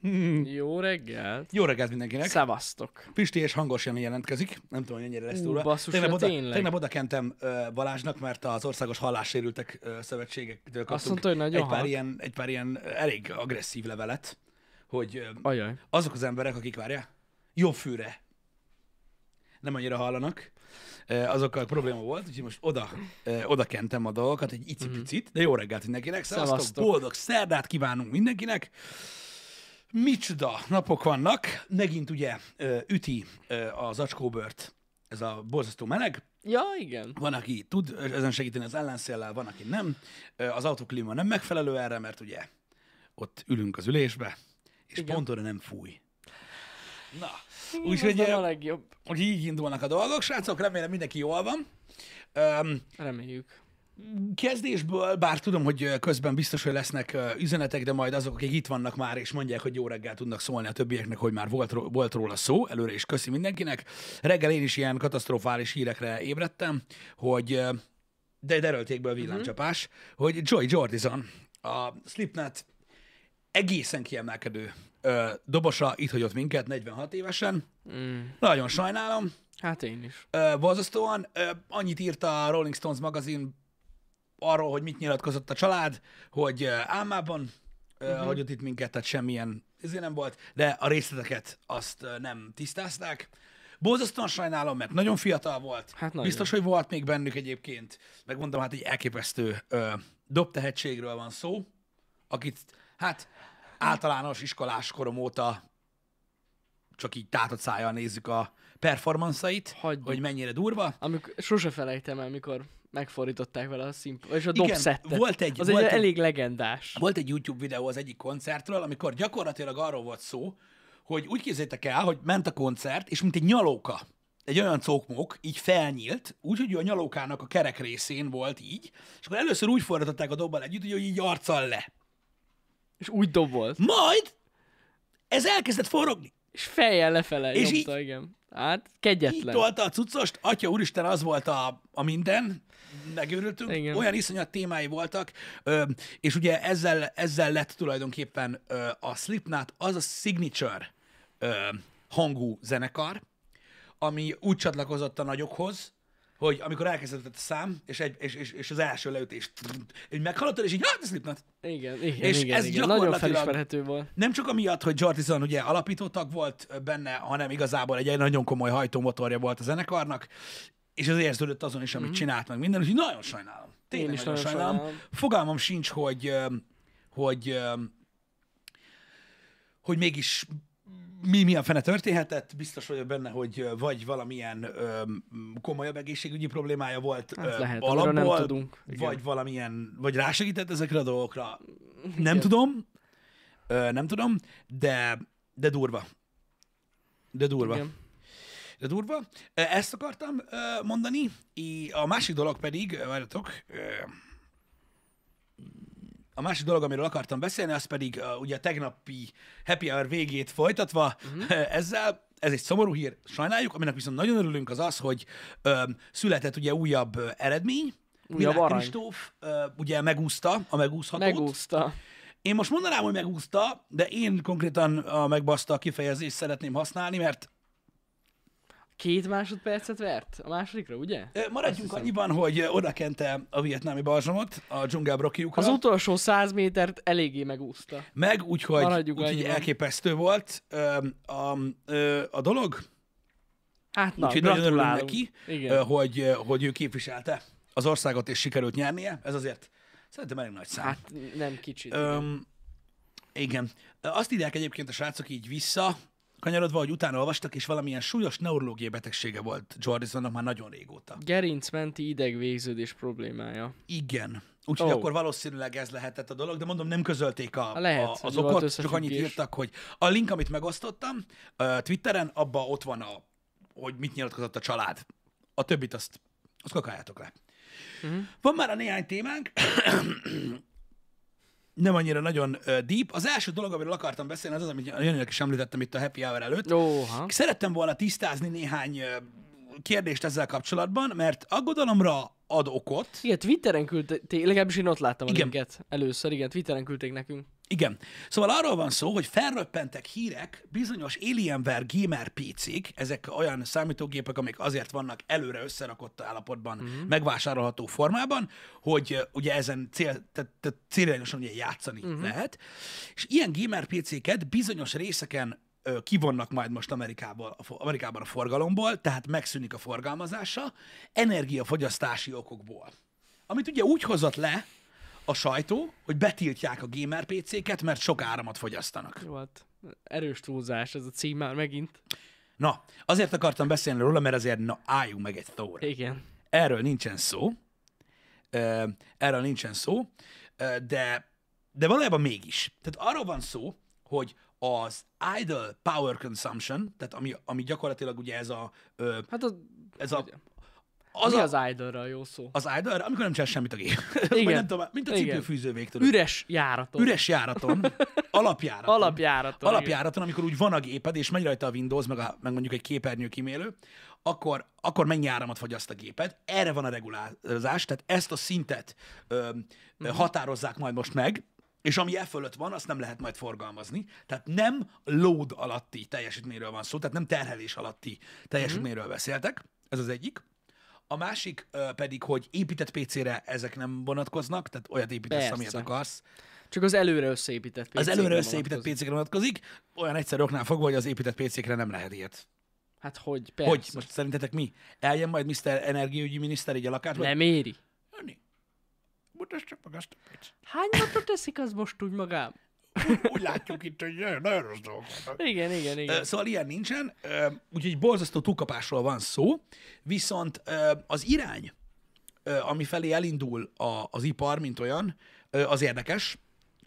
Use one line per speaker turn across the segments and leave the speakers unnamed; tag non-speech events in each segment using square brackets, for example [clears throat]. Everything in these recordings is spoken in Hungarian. Hmm.
Jó reggelt.
Jó reggelt mindenkinek!
Szevasztok.
Pisti és hangos Jani jelentkezik. Nem tudom, hogy ennyire lesz
Ú,
túl.
basszus,
tegnap,
ja,
oda,
tényleg.
tegnap oda kentem ö, Balázsnak, mert az Országos Hallássérültek ö, Szövetségektől kaptunk
mondta, hogy nagyon
egy, pár
halk.
ilyen, egy pár ilyen ö, elég agresszív levelet, hogy ö,
Ajaj.
azok az emberek, akik várja, jobb fűre nem annyira hallanak, ö, azokkal probléma volt, úgyhogy most oda, ö, oda kentem a dolgokat egy icipicit, de jó reggelt mindenkinek, szevasztok,
Szevasztok.
boldog szerdát kívánunk mindenkinek, Micsoda napok vannak. Megint ugye ö, üti ö, az acskóbört ez a borzasztó meleg.
Ja, igen.
Van, aki tud ezen segíteni az ellenszéllel, van, aki nem. Ö, Az autoklíma nem megfelelő erre, mert ugye ott ülünk az ülésbe, és
Igen.
Igen. pont oda nem fúj. Na,
Ez
úgyhogy
lenne a
ö,
legjobb.
hogy így indulnak a dolgok. Srácok, remélem mindenki jól van. Öm,
Reméljük.
Kezdésből, bár tudom, hogy ö, közben biztos, hogy lesznek ö, üzenetek, de majd azok, akik itt vannak már, és mondják, hogy jó reggel tudnak szólni a többieknek, hogy már volt, ró- volt róla szó, előre is köszi mindenkinek. Reggel én is ilyen katasztrofális hírekre ébredtem, hogy ö, de deröltékből villámcsapás, hogy Joy Jordison, a Slipknot egészen kiemelkedő ö, dobosa itt hagyott minket 46 évesen.
Mm.
Nagyon sajnálom,
Hát én is.
Ö, Borzasztóan ö, annyit írt a Rolling Stones magazin arról, hogy mit nyilatkozott a család, hogy ö, álmában ö,
Mhm.
uh-huh. hagyott itt minket, tehát semmilyen ezért nem volt, de a részleteket azt ö, nem tisztázták. Borzasztóan sajnálom, mert nagyon fiatal volt.
Hát nagyon.
Biztos, hogy volt még bennük egyébként. Megmondom, hát egy elképesztő ö, dobtehetségről van szó, akit hát általános iskolás korom óta csak így tátott szájjal nézzük a performanszait,
Hagyjuk.
hogy mennyire durva.
Amikor, sose felejtem el, mikor megfordították vele a színp... és a
Igen,
dobszettet.
volt egy-
Az
volt
egy
egy-
elég legendás.
Volt egy YouTube videó az egyik koncertről, amikor gyakorlatilag arról volt szó, hogy úgy képzétek el, hogy ment a koncert, és mint egy nyalóka, egy olyan cókmók, így felnyílt, úgyhogy a nyalókának a kerek részén volt így, és akkor először úgy fordították a dobbal együtt, hogy így arccal le.
És úgy dobolt.
Majd ez elkezdett forogni.
És fejjel lefele és
És
nyomta, igen. Hát, kegyetlen.
Így tolta a cuccost, atya úristen, az volt a, a minden, megőrültünk,
Igen.
Igen. olyan iszonyat témái voltak, ö, és ugye ezzel, ezzel lett tulajdonképpen ö, a Slipknot az a signature ö, hangú zenekar, ami úgy csatlakozott a nagyokhoz, hogy amikor elkezdődött a szám, és, egy, és, és, és az első leütés, így meghallottad, és így, hát, ez Slipknot.
Igen, igen,
És
igen,
ez
igen. Nagyon
gyakorlatilag-
felismerhető volt.
Nem csak amiatt, hogy Jordison ugye alapító tag volt benne, hanem igazából egy, egy nagyon komoly hajtómotorja volt a zenekarnak, és ez érződött azon is, amit mm-hmm. csinált meg minden, úgyhogy nagyon sajnálom. Tényleg
Mhm. Én is
nagyon,
nagyon
sajnálom.
sajnálom.
Fogalmam sincs, hogy, öm, hogy, öm, hogy mégis mi, mi a fene történhetett, biztos vagyok benne, hogy ö, vagy valamilyen öm, komolyabb egészségügyi problémája volt
Hát
ö,
lehet, amiről
alapból,
nem tudunk. Igen.
vagy valamilyen, vagy rásegített ezekre a dolgokra. Nem tudom, Ö, nem tudom, de, de durva. De durva.
Igen.
De durva. Ö, Ezt akartam ö, mondani. I- A másik dolog pedig, ö, várjatok, ö, a másik dolog, amiről akartam beszélni, az pedig ö, ugye a tegnapi happy hour végét folytatva
Mhm.
uh-huh. ezzel, ez egy szomorú hír, sajnáljuk, aminek viszont nagyon örülünk az az, hogy ö, született ugye újabb ö, eredmény,
Újabb
Milák
arany.
Kristóf ö, ugye megúszta a megúszhatót.
Megúszta.
Én most mondanám, hogy megúszta, de én konkrétan a megbaszta kifejezést szeretném használni, mert
Két másodpercet vert a másodikra, ugye?
ö, maradjunk annyiban, hogy ö, odakente a vietnámi balzsamot a dzsungelbrokiukra.
Az utolsó száz métert eléggé megúszta.
meg, úgyhogy,
Maradjunk
úgyhogy
annyiban.
elképesztő volt ö, a, ö, a dolog.
Hát na,
Úgyhogy nagyon örülünk
gratulálunk.
neki,
Igen.
ö, hogy, ö, hogy ő képviselte az országot, és sikerült nyernie. Ez azért szerintem elég nagy szám.
Hát nem kicsit.
Öm, igen. Ö, Azt írják egyébként a srácok így vissza, kanyarodva, hogy utána olvastak, és valamilyen súlyos neurológiai betegsége volt Jordisonnak már nagyon régóta.
Gerincmenti idegvégződés problémája.
Igen. Úgyhogy
Ó.
oh. akkor valószínűleg ez lehetett a dolog, de mondom, nem közölték a,
Lehet,
a,
hogy
az
volt
okot, csak
összefüggés.
annyit írtak, hogy a link, amit megosztottam ö, Twitteren, abba ott van, a, hogy mit nyilatkozott a család. A többit azt, azt kakáljátok le.
Mhm.
Van már a néhány témánk, [coughs] nem annyira nagyon ö, deep. Az első dolog, amiről akartam beszélni, az az, amit Janinak is említettem itt a happy hour előtt.
Óha.
Szerettem volna tisztázni néhány ö, kérdést ezzel kapcsolatban, mert aggodalomra ad okot.
Igen, Twitteren küldték, legalábbis én ott láttam a
Igen.
linket először, igen, Twitteren küldték nekünk.
Igen. Szóval arról van szó, hogy felröppentek hírek bizonyos Alienware gamer PC-k, ezek olyan számítógépek, amik azért vannak előre összerakott állapotban, mm-hmm. megvásárolható formában, hogy ö, ugye ezen cél, tehát, tehát célirányosan ugye játszani mm-hmm. lehet. És ilyen gamer PC-ket bizonyos részeken ö, kivonnak majd most Amerikából, a fo- Amerikában a forgalomból, tehát megszűnik a forgalmazása energiafogyasztási okokból. Amit ugye úgy hozott le a sajtó, hogy betiltják a gamer PC-ket, mert sok áramot fogyasztanak.
Jó, hát erős túlzás ez a cím már megint.
Na, azért akartam beszélni róla, mert azért na, álljunk meg egy szóra.
Igen.
Erről nincsen szó. Ö, Erről nincsen szó, Ö, de, de valójában mégis. Tehát arról van szó, hogy az idle power consumption, tehát ami, ami gyakorlatilag ugye ez a, ö,
Hát az,
ez a
az,
az,
mi
a,
az idle jó szó?
az idle, amikor nem csinál semmit a gép. [laughs] Vagy
Igen.
nem tudom, mint a
Igen.
cipőfűzővégtől.
Üres járaton.
Üres járaton, alapjáraton.
Alapjáraton. igen.
Alapjáraton, amikor úgy van a géped, és megy rajta a Windows, meg, a, meg mondjuk egy képernyő kimélő, akkor, akkor mennyi áramot fogyaszt a géped. Erre van a regulázás, tehát ezt a szintet ö, ö,
Mhm.
határozzák majd most meg, és ami e fölött van, azt nem lehet majd forgalmazni. Tehát nem load alatti teljesítményről van szó, tehát nem terhelés alatti teljesítményről
Mhm.
beszéltek. Ez az egyik. A másik ö, pedig, hogy épített PC-re ezek nem vonatkoznak, tehát olyat építesz,
Persze.
amilyet akarsz.
Csak az előre összeépített PC.
Az előre összeépített PC-kre vonatkozik, olyan egyszerű oknál fogva, hogy az épített PC-kre nem lehet ilyet.
Hát hogy,
Persze.
persze.
Hogy? Most szerintetek mi? Eljön majd Mr. Energiaügyi miniszter így a lakásba?
Nem éri.
Jani, mutasd csak meg azt a pénzt.
Hány napot teszik az most úgy magám?
Úgy látjuk itt, hogy nagyon, nagyon rossz dolgok vannak.
Igen, igen, igen.
Ö, Szóval ilyen nincsen, ö, úgyhogy borzasztó túlkapásról van szó, viszont ö, az irány, ö, ami felé elindul a, az ipar, mint olyan, ö, az érdekes.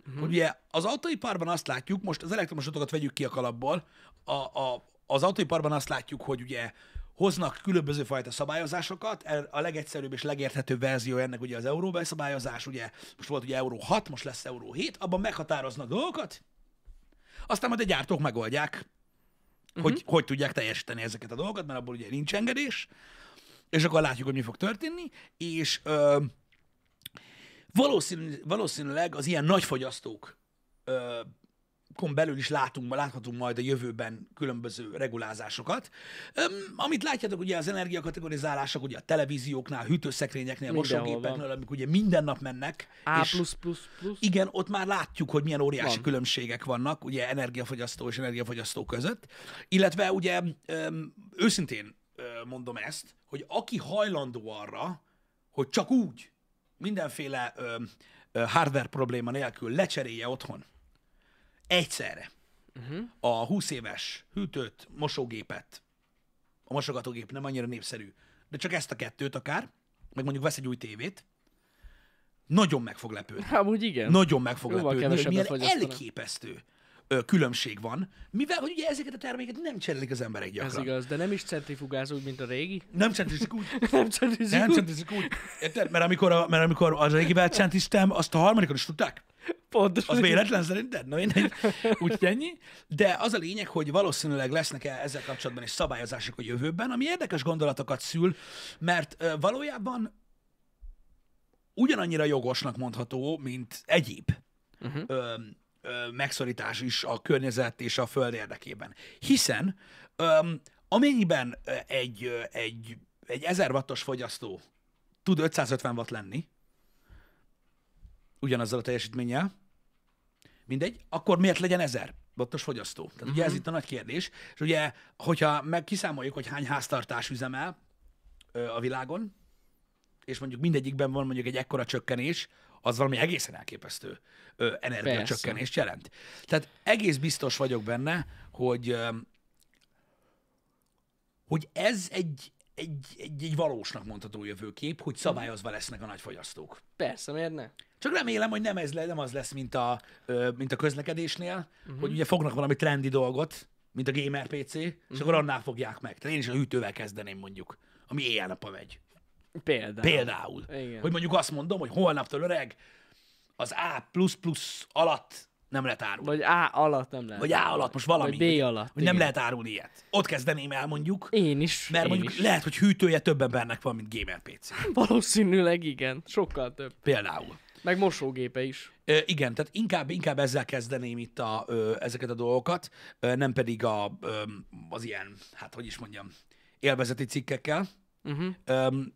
Mhm.
Uh-huh. Ugye az autóiparban azt látjuk, most az elektromos autókat vegyük ki a kalapból, a, a, az autóiparban azt látjuk, hogy ugye hoznak különböző fajta szabályozásokat, El- a legegyszerűbb és legérthetőbb verzió ennek ugye az euró beszabályozás, ugye most volt ugye euró 6, most lesz euró 7, abban meghatároznak dolgokat, aztán majd a gyártók megoldják, hogy
Mhm.
uh-huh. hogy tudják teljesíteni ezeket a dolgokat, mert abból ugye nincs engedés, és akkor látjuk, hogy mi fog történni, és ö, valószínű, valószínűleg az ilyen nagy fogyasztók ö, kon belül is látunk, láthatunk majd a jövőben különböző regulázásokat. Öm, amit látjátok, ugye az energiakategorizálások, ugye a televízióknál, hűtőszekrényeknél,
Mindenhol
mosógépeknél, amik ugye minden nap mennek.
A++++.
és- igen, ott már látjuk, hogy milyen óriási van.
Van.
különbségek vannak, ugye energiafogyasztó és energiafogyasztó között. Illetve ugye öm, őszintén ö, mondom ezt, hogy aki hajlandó arra, hogy csak úgy mindenféle öm, ö, hardware probléma nélkül lecserélje otthon egyszerre uh-huh. a 20 éves hűtőt, mosógépet, a mosogatógép nem annyira népszerű, de csak ezt a kettőt akár, meg mondjuk vesz egy új tévét, nagyon meg fog lepődni
Amúgy igen.
nagyon meg fog
Jóval
lepődni, hogy milyen
kevesebbet fogyasztanak.
elképesztő ö, különbség van, mivel hogy ugye ezeket a terméket nem cserélik az emberek
Ez
gyakran.
igaz, de nem is centrifugáz úgy, mint a régi.
[laughs] Nem csentizik úgy.
Nem centrifugáz.
Nem csentizik úgy. Érted? Mert amikor, a, mert amikor az régivel csentiztem, azt a harmadikon is tudták.
Pontosan.
Az véletlen szerinted? Na mindegy. Úgyhogy ennyi. De az a lényeg, hogy valószínűleg lesznek -e ezzel kapcsolatban is szabályozások a jövőben, ami érdekes gondolatokat szül, mert ö, valójában ugyanannyira jogosnak mondható, mint egyéb uh-huh. ö, ö, megszorítás is a környezet és a föld érdekében. Hiszen ö, amennyiben ö, egy, ö, egy, egy 1000 wattos fogyasztó tud 550 watt lenni, ugyanazzal a teljesítménnyel, mindegy, akkor miért legyen ezer wattos fogyasztó? Tehát uh-huh. ugye ez itt a nagy kérdés. És ugye, hogyha meg kiszámoljuk, hogy hány háztartás üzemel ö, a világon, és mondjuk mindegyikben van mondjuk egy ekkora csökkenés, az valami egészen elképesztő ö, energiacsökkenést jelent. Tehát egész biztos vagyok benne, hogy ö, hogy ez egy, egy, egy, egy valósnak mondható jövőkép, hogy szabályozva lesznek a nagyfogyasztók.
Persze, miért ne?
Csak remélem, hogy nem, ez le, nem az lesz, mint a, ö, mint a közlekedésnél,
Mhm.
hogy ugye fognak valami trendi dolgot, mint a gamer PC, és
Mhm.
akkor annál fogják meg. Tehát én is a hűtővel kezdeném mondjuk, ami éjjel-nappal megy.
Például.
Például.
Igen.
Hogy mondjuk azt mondom, hogy holnaptól öreg, az A++ alatt nem lehet árulni.
Vagy A alatt nem lehet.
Vagy A alatt, most valami.
Vagy B alatt,
Hogy
igen.
nem lehet árulni ilyet. Ott kezdeném el mondjuk,
Én is.
mert
én
mondjuk
is.
lehet, hogy hűtője több embernek van, mint gamer PC.
Valószínűleg igen. Sokkal több.
Például.
Meg mosógépe is.
Ö, igen, tehát inkább, inkább ezzel kezdeném itt a, ö, ezeket a dolgokat, ö, nem pedig a, ö, az ilyen, hát hogy is mondjam, élvezeti cikkekkel.
Uh-huh.
Öm,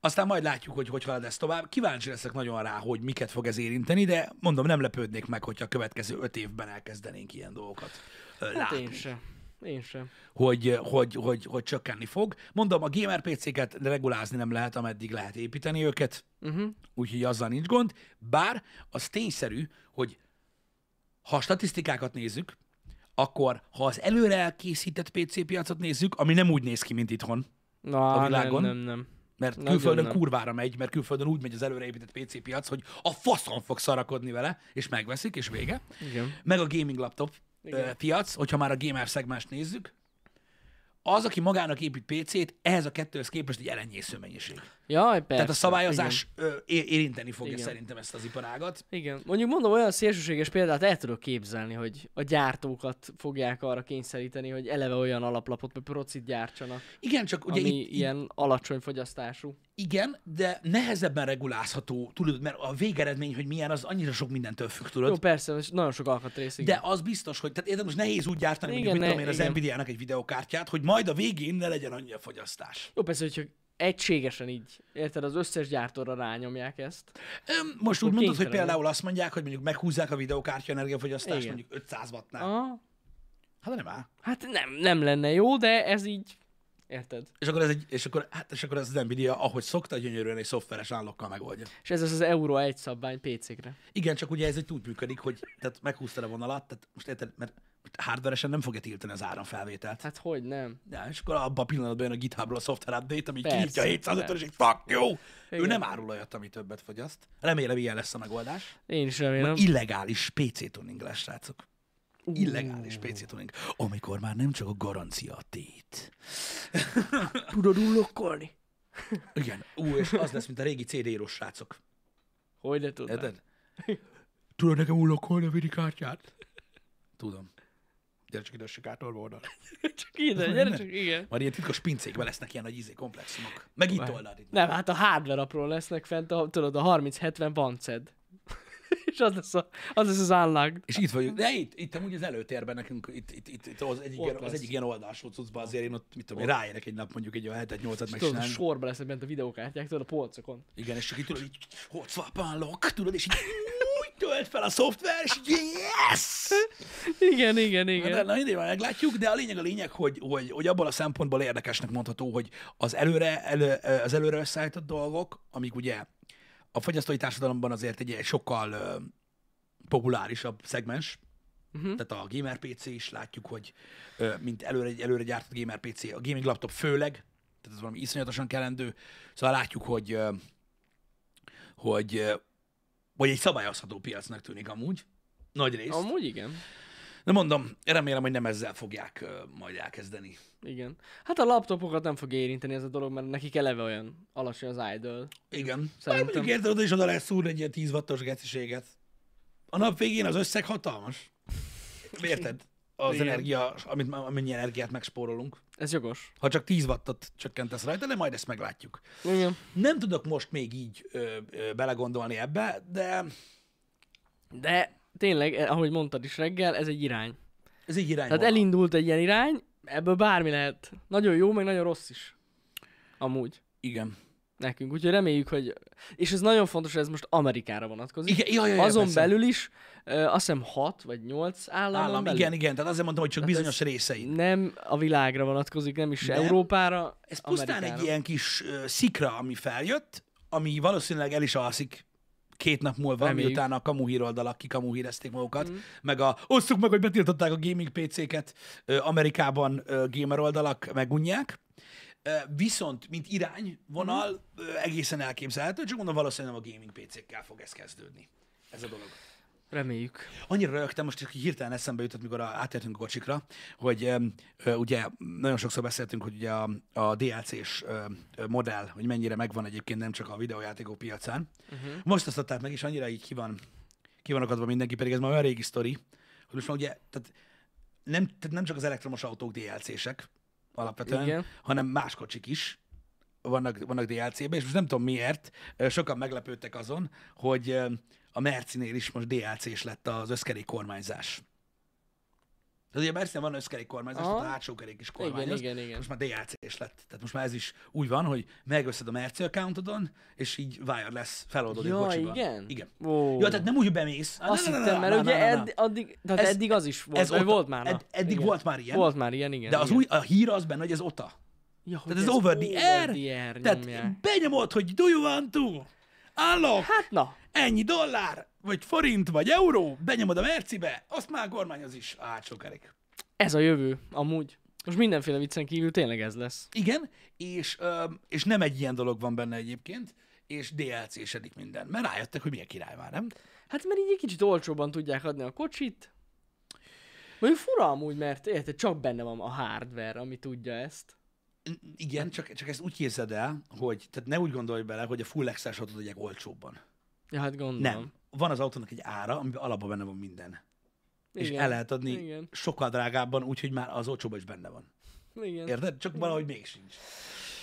aztán majd látjuk, hogy hogy halad ez tovább. Kíváncsi leszek nagyon rá, hogy miket fog ez érinteni, de mondom, nem lepődnék meg, hogyha a következő öt évben elkezdenénk ilyen dolgokat ö,
Hát
látni,
én sem. Én sem.
hogy, hogy, hogy, hogy csökkenni fog. Mondom, a gamer PC-ket regulázni nem lehet, ameddig lehet építeni őket,
Uh-huh.
úgyhogy azzal nincs gond. Bár az tényszerű, hogy ha a statisztikákat nézzük, akkor ha az előre elkészített PC piacot nézzük, ami nem úgy néz ki, mint itthon,
Na,
A világon?
Nem, nem, nem.
mert
Nagyon
külföldön
nem.
kurvára megy, mert külföldön úgy megy az előreépített PC piac, hogy a faszon fog szarakodni vele, és megveszik, és vége.
Igen.
Meg a gaming laptop ö,
Igen.
piac, hogyha már a gamer szegmást nézzük, az, aki magának épít PC-t, ehhez a kettőhöz képest egy elenyésző mennyiség.
Jaj, persze.
Tehát a szabályozás ö, é- érinteni fogja
Igen.
szerintem ezt az iparágat.
Igen. Igen. Mondjuk mondom, olyan szélsőséges példát el tudok képzelni, hogy a gyártókat fogják arra kényszeríteni, hogy eleve olyan alaplapot, vagy procit gyártsanak,
Igen, csak ugye
ami
itt, itt
ilyen alacsony fogyasztású.
Igen, de nehezebben regulázható, tudod, mert a végeredmény, hogy milyen, az annyira sok mindentől függ, tudod.
Jó, persze, most nagyon sok alkatrész, igen.
de az biztos, hogy tehát érted, most nehéz úgy gyártani, igen,
Igen,
mondjuk, mit
ne-
tudom én, az
igen.
Nvidia-nak egy videokártyát, hogy majd a végén ne legyen annyi a fogyasztás.
Jó, persze, hogyha egységesen így, érted, az összes gyártóra rányomják ezt.
Öm, most úgy
Akkor
mondod, hogy
kénytelen.
például azt mondják, hogy mondjuk meghúzzák a videokártya energiafogyasztást
Igen.
mondjuk 500 wattnál.
Aha.
Hát de nem áll.
Hát nem, nem lenne jó, de ez így, érted?
És akkor, ez egy, és, akkor, hát, és akkor ez az Nvidia, ahogy szokta, gyönyörűen egy szoftveres állokkal megoldja.
És ez az az Euro 1 szabvány PC-kre.
Igen, csak ugye ez egy úgy működik, hogy tehát meghúztad a vonalat, tehát most érted, mert most hardveresen nem fogja tiltani az áramfelvételt.
Hát hogy nem?
Ja, és akkor abban a pillanatban jön a GitHubról a software update, ami
Persze,
kinyitja a 700
persze.
és így fuck jó! Ő
Igen.
nem árul olyat, ami többet fogyaszt. Remélem, ilyen lesz a megoldás.
Én is remélem.
Illegális PC tuning lesz, srácok. Illegális PC tuning. Amikor már nem csak a garancia a tét.
Tudod unlockolni?
Igen. Ú, és az lesz, mint a régi CD-ros srácok.
Hogy ne tudnád?
[laughs] Érted? Tudod nekem unlockolni a videokártyát? Tudom. Gyere csak ide a sikátor oldal.
[laughs] Csak ide,
Hogy
gyere
ne?
csak, igen.
Majd ilyen titkos pincékben lesznek ilyen nagy izé komplexumok. Meg itt oldal.
Nem, hát a hardware apról lesznek fent, a, tudod, a 3070 vanced. [laughs] És az lesz, a, az lesz az unlock.
És itt vagyunk, de itt, itt amúgy az előtérben nekünk, itt, itt, itt, itt az, egyik
Ott
ilyen, az
lesz.
egyik ilyen oldalsó cuccba azért én ott, mit tudom, én, ráérek egy nap mondjuk egy olyan 7-8-at
Tudod,
megcsinálni.
sorba lesznek bent a videókártyák, tudod, a polcokon.
Igen, és csak így tudod, így hot swap unlock, tudod, és így [laughs] úgy tölt fel a szoftver, és így yes!
Igen, igen, igen.
De, na, idén már meglátjuk, de a lényeg a lényeg, hogy, hogy, hogy abból a szempontból érdekesnek mondható, hogy az előre, elő, az előre összeállított dolgok, amik ugye a fogyasztói társadalomban azért egy, egy sokkal ö, populárisabb szegmens,
Mhm.
tehát a gamer PC is látjuk, hogy ö, mint előre, egy előre gyártott gamer PC, a gaming laptop főleg, tehát ez valami iszonyatosan kelendő, szóval látjuk, hogy ö, hogy, ö, hogy egy szabályozható piacnak tűnik amúgy, nagy rész.
Amúgy igen.
De mondom, remélem, hogy nem ezzel fogják ö, majd elkezdeni.
Igen. Hát a laptopokat nem fog érinteni ez a dolog, mert nekik eleve olyan alacsony az idle.
Igen. Szerintem.
Szerintem.
Hm. Mondjuk érted, oda is oda lehet szúrni egy ilyen 10 wattos geciséget. A nap végén az összeg hatalmas. Érted? Az
Igen.
energia, amit, amennyi energiát megspórolunk.
Ez jogos.
Ha csak 10 wattot csökkentesz rajta, de majd ezt meglátjuk.
Igen.
Nem tudok most még így ö, ö, belegondolni ebbe, de
De tényleg, eh, ahogy mondtad is reggel, ez egy irány.
ez így irányba.
Tehát elindult egy ilyen irány, ebből bármi lehet. Nagyon jó, meg nagyon rossz is. Amúgy.
Igen.
Nekünk. Úgyhogy reméljük, hogy... És ez nagyon fontos, hogy ez most Amerikára vonatkozik.
igen jaj, jaj, jaj,
Azon
persze.
belül is, ö, azt hiszem 6 vagy 8 államon
Állam,
belül.
igen, igen. Tehát azért mondtam, hogy csak
Tehát
bizonyos részei.
Nem a világra vonatkozik, nem is
Nem.
Európára,
Ez pusztán
Amerikára.
egy ilyen kis ö, szikra, ami feljött, ami valószínűleg el is alszik két nap múlva,
Reméljük.
miután a kamuhír oldalak kikamuhírezték magukat, mm. meg a osszuk meg, hogy betiltották a gaming PC-ket, ö, Amerikában ö, gamer oldalak megunják. Ö, Viszont, mint irányvonal, mm. egészen elképzelhető, csak mondom, valószínűleg nem a gaming PC-kkel fog ez kezdődni. Ez a dolog.
Reméljük.
Annyira rögtem, most csak így hirtelen eszembe jutott, mikor a, átértünk a kocsikra, hogy em, ö, ugye nagyon sokszor beszéltünk, hogy ugye a, a DLC-s ö, ö, modell, hogy mennyire megvan egyébként nem csak a videójátékok piacán. Uh-huh. Most azt adták meg, és annyira így ki van, ki van akadva mindenki, pedig ez már olyan régi sztori, hogy most már ugye, tehát nem, tehát nem csak az elektromos autók DLC-sek alapvetően,
Igen.
hanem más kocsik is vannak, vannak DLC-ben, és most nem tudom miért, ö, sokan meglepődtek azon, hogy ö, a Mercinél is most DLC-s lett az összkerék kormányzás. Tehát ugye a Mercinél van összkerék kormányzás,
Aha.
tehát a hátsó kerék is kormányoz,
igen, igen.
most már DLC-s lett. Tehát most már ez is úgy van, hogy megveszed a Merci accountodon, és így wireless feloldod
Ja,
egy kocsiba.
igen?
Igen.
Ó.
Ja, tehát nem úgy, hogy bemész. Ah,
Azt
na, na, na,
hittem,
na,
mert
na,
ugye
na, na.
edd- addig, tehát
Ez-
eddig az is volt,
ez
ez
ott-
volt már. na.
ed- eddig
Igen.
volt már ilyen.
Volt már ilyen, igen.
De az
igen.
új, a hír az benne, hogy ez OTA.
Ja, hogy
Tehát ez over the
air
air.
nyomják.
Tehát benyomod, hogy do you want to? Állok,
Hát na,
ennyi dollár, vagy forint, vagy euró, benyomod a mercibe, azt már kormányoz is. Á, hát sokáig.
ez a jövő, amúgy. Most mindenféle viccen kívül tényleg ez lesz.
Igen, és, öm, és nem egy ilyen dolog van benne egyébként, és DLC-sedik minden. Mert rájöttek, hogy milyen király már, nem?
Hát mert így egy kicsit olcsóban tudják adni a kocsit. Mondjuk fura amúgy, mert érted, csak benne van a hardware, ami tudja ezt.
Igen, csak, csak ezt úgy képzeld el, hogy tehát ne úgy gondolj bele, hogy a full extra autót adják olcsóbban.
Ja, hát gondolom.
Nem. Van az autónak egy ára, amiben alapban benne van minden. Igen. És
Igen.
el lehet adni Igen.
Igen.
sokkal drágábban, úgyhogy már az olcsóban is benne van.
Igen.
Érted? Csak valahogy még sincs.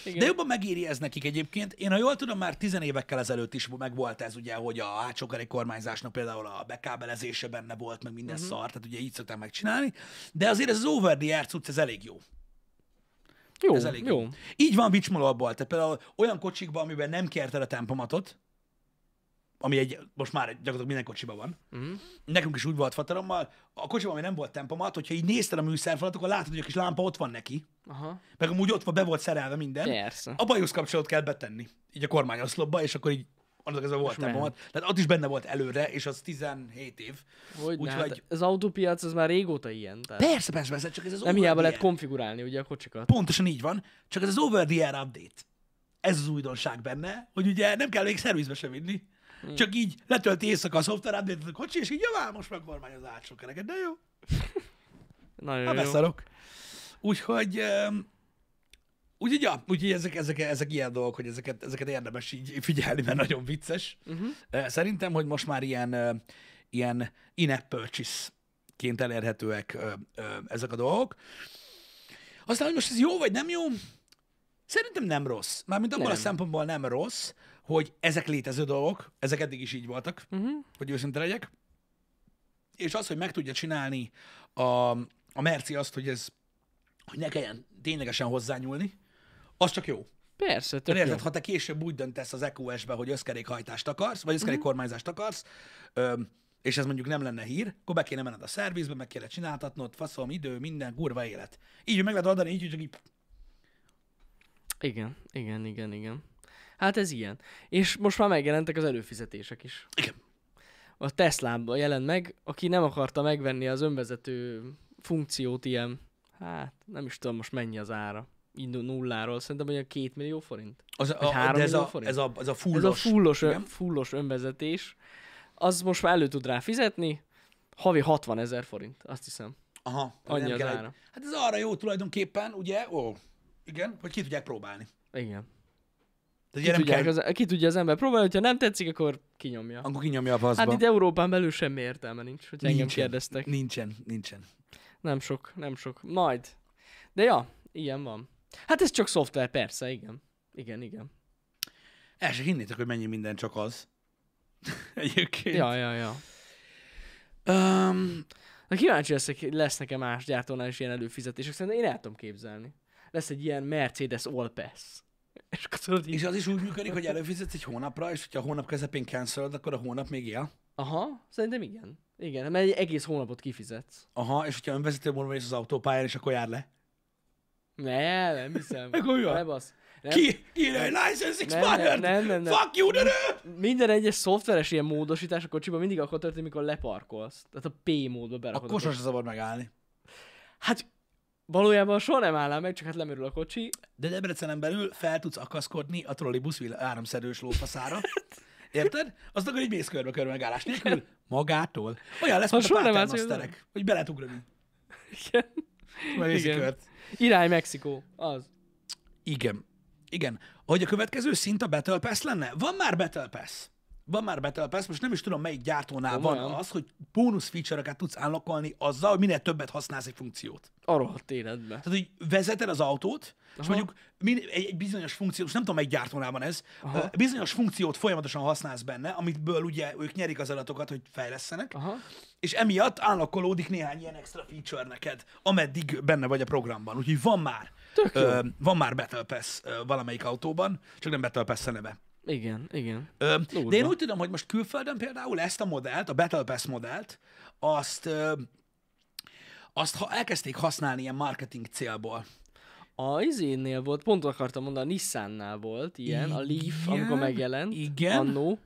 Igen.
De jobban megéri ez nekik egyébként. Én, ha jól tudom, már tizen évekkel ezelőtt is megvolt ez, ugye, hogy a hátsó kerék kormányzásnak például a bekábelezése benne volt, meg
Mhm.
minden uh-huh. szar, tehát ugye így szokták megcsinálni. De azért ez az over the air cucc, ez elég jó.
jó,
Ez elég jó.
jó.
Így van vicsmolóabból. Tehát például olyan kocsikban, amiben nem kérted a tempomatot, ami egy, most már gyakorlatilag minden kocsiban van.
Mhm.
Nekünk is úgy volt fatarommal, a kocsiban, ami nem volt tempomat, hogyha így nézted a műszerfalat, akkor látod, hogy a kis lámpa ott van neki,
Aha.
meg amúgy ott van, be volt szerelve minden.
Persze.
A bajusz kapcsolót kell betenni, így a kormányoszlopba, és akkor így annak ez a volt
És mehet.
tempomat. Tehát ott is benne volt előre, és az 17 év.
Hogy ne,
Úgyhogy-
hát az autópiac az már régóta ilyen. Tehát
Persze, persze, persze, csak ez az
nem
over
hiába
the
lehet
air.
konfigurálni ugye a kocsikat.
Pontosan így van, csak ez az over the air update. Ez az újdonság benne, hogy ugye nem kell még szervizbe sem vinni. Hmm. Csak így letölti éjszaka a szoftver update a kocsi, és így javá, most megkormány az átsó kereket, de jó,
Nagyon
ha
jó.
beszarok. Úgyhogy, öm, úgyhogy, ja, úgyhogy ezek, ezek, ezek ilyen dolgok, hogy ezeket, ezeket érdemes így figyelni, mert nagyon vicces. Uh-huh. Szerintem, hogy most már ilyen, ö, ilyen in-app purchase ként elérhetőek ö, ö, ezek a dolgok. Aztán, hogy most ez jó vagy nem jó, szerintem nem rossz. Mármint abból nem. a
Nem.
szempontból nem rossz, hogy ezek létező dolgok, ezek eddig is így voltak,
Mhm.
hogy őszinte legyek. És az, hogy meg tudja csinálni a, a Merci azt, hogy ez hogy ne kelljen ténylegesen hozzányúlni, az csak jó.
Persze, tök
Mert
jó.
érted, ha te később úgy döntesz az EQS-be, hogy összkerékhajtást akarsz, vagy
Mhm.
összkerékkormányzást akarsz, öm, és ez mondjuk nem lenne hír, akkor be kéne menned a szervizbe, meg kéne csináltatnod, faszom, idő, minden, kurva élet. Így hogy meg lehet oldani, így, hogy csak így,
Igen, igen, igen, igen. Hát ez ilyen. És most már megjelentek az előfizetések is.
Igen.
A Tesla-ban jelent meg, aki nem akarta megvenni az önvezető funkciót ilyen, hát nem is tudom most mennyi az ára. Így nu- nulláról, szerintem olyan két millió forint.
az,
Vagy
a,
három
de ez,
millió
a,
forint?
ez, a, ez a
Fullos, ez a
fullos.
fullos,
igen.
ön, fullos önvezetés, az most már elő tud rá fizetni, havi 60 ezer forint, azt hiszem.
Aha, hogy
Annyi
nem
az
kell egy-
ára.
Hát ez arra jó tulajdonképpen, ugye? Ó, igen, hogy ki tudják próbálni.
Igen.
Tehát
Ki,
ugye nem
tudják,
kell,
az, ki tudja az ember próbálni, hogyha nem tetszik, akkor kinyomja.
akkor kinyomja a
Hát
faszba.
itt Európán belül semmi értelme nincs, hogy engem
Nincsen.
kérdeztek.
Nincsen, nincsen.
Nem sok, nem sok. Majd. De ja, ilyen van. Hát ez csak szoftver, persze, igen. Igen, igen.
El se hinnétek, hogy mennyi minden csak az. [laughs] Egyébként.
Ja, ja, ja.
Um,
Na kíváncsi leszek, lesz nekem más gyártónál is ilyen előfizetések, szerintem én el tudom képzelni. Lesz egy ilyen Mercedes All Pass. [laughs] És akkor tudod így...
és az is úgy működik, hogy előfizetsz egy hónapra, és hogyha a hónap közepén canceled, akkor a hónap még él.
Aha, szerintem igen. Igen, mert egy egész hónapot kifizetsz.
Aha, és hogyha önvezető módon mész az autópályán, és akkor jár le.
Ne, nem hiszem.
[laughs] Akkor mi van?
Ne basz. Nem,
Ki? Írja, hogy license
nem,
expired!
nem, nem, nem.
Fuck you, de
Minden egyes szoftveres ilyen módosítás a kocsiban mindig akkor történik, mikor leparkolsz. Tehát a P módba
A
berakod. a
kosos szabad megállni.
Hát valójában soha nem állnám meg, csak hát lemerül a kocsi. [laughs]
De Debrecenen belül fel tudsz akaszkodni a trollibusz vil- áramszerűs
[laughs]
lófaszára. Érted? Azt akkor így mész körbe körbe megállás nélkül, magától. Olyan lesz,
Ha
mint a
soha nem állsz,
pártermaszterek, hogy be lehet ugrani.
Igen.
Megnézi
Igen.
kört.
Irány Mexikó. Az.
Igen. Igen. Hogy a következő szint a Battle Pass lenne? Van már Battle Pass. van már Battle Pass, most nem is tudom melyik gyártónál
Komolyan?
van az, hogy bónusz feature-öket tudsz állokolni azzal, hogy minél többet használsz egy funkciót.
A rohadt életbe.
Tehát, hogy vezeted az autót, és
Aha.
mondjuk min- egy, egy bizonyos funkciót, most nem tudom, melyik gyártónál van ez,
Aha.
ö, bizonyos funkciót folyamatosan használsz benne, amitből ugye ők nyerik az adatokat, hogy fejlesztenek,
Aha.
és emiatt állakkolódik néhány ilyen extra feature neked, ameddig benne vagy a programban. Úgyhogy van már,
Tök jó.
van már Battle Pass ö, valamelyik autóban, csak nem Battle Pass a neve.
Igen, igen.
Ö, de én
Durva.
úgy tudom, hogy most külföldön például ezt a modellt, a Battle Pass modellt, azt, ö, azt ha elkezdték használni ilyen marketing célból.
A izénnél volt, pont akartam mondani, a Nissannál volt ilyen, a Leaf,
Igen,
amikor megjelent,
igen.
annó,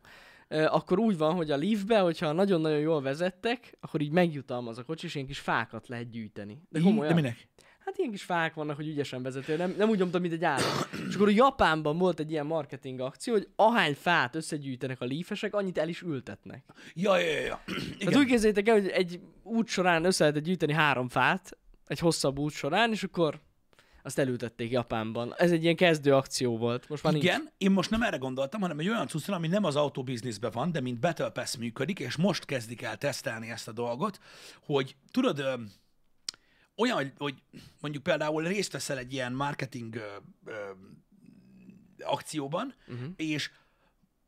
Ö, akkor úgy van, hogy a Leafbe, hogyha nagyon-nagyon jól vezettek, akkor így megjutalmaz a kocsi, és ilyen kis fákat lehet gyűjteni. De komolyan.
De minek?
Hát ilyen kis fák vannak, hogy ügyesen vezető, nem, nem úgy nyomtam, mint egy állat. És akkor a Japánban volt egy ilyen marketing akció, hogy ahány fát összegyűjtenek a lífesek, annyit el is ültetnek.
Ja, ja, ja, ja. Igen.
Tehát úgy képzeljétek el, hogy egy út során össze lehetett gyűjteni három fát, egy hosszabb út során, és akkor azt elültették Japánban. Ez egy ilyen kezdő akció volt. Most már nincs.
Igen, én most nem erre gondoltam, hanem egy olyan cuccra, ami nem az autóbizniszben van, de mint Battle Pass működik, és most kezdik el tesztelni ezt a dolgot, hogy tudod, ö, olyan, hogy, hogy mondjuk például részt veszel egy ilyen marketing ö, ö, akcióban, uh-huh. és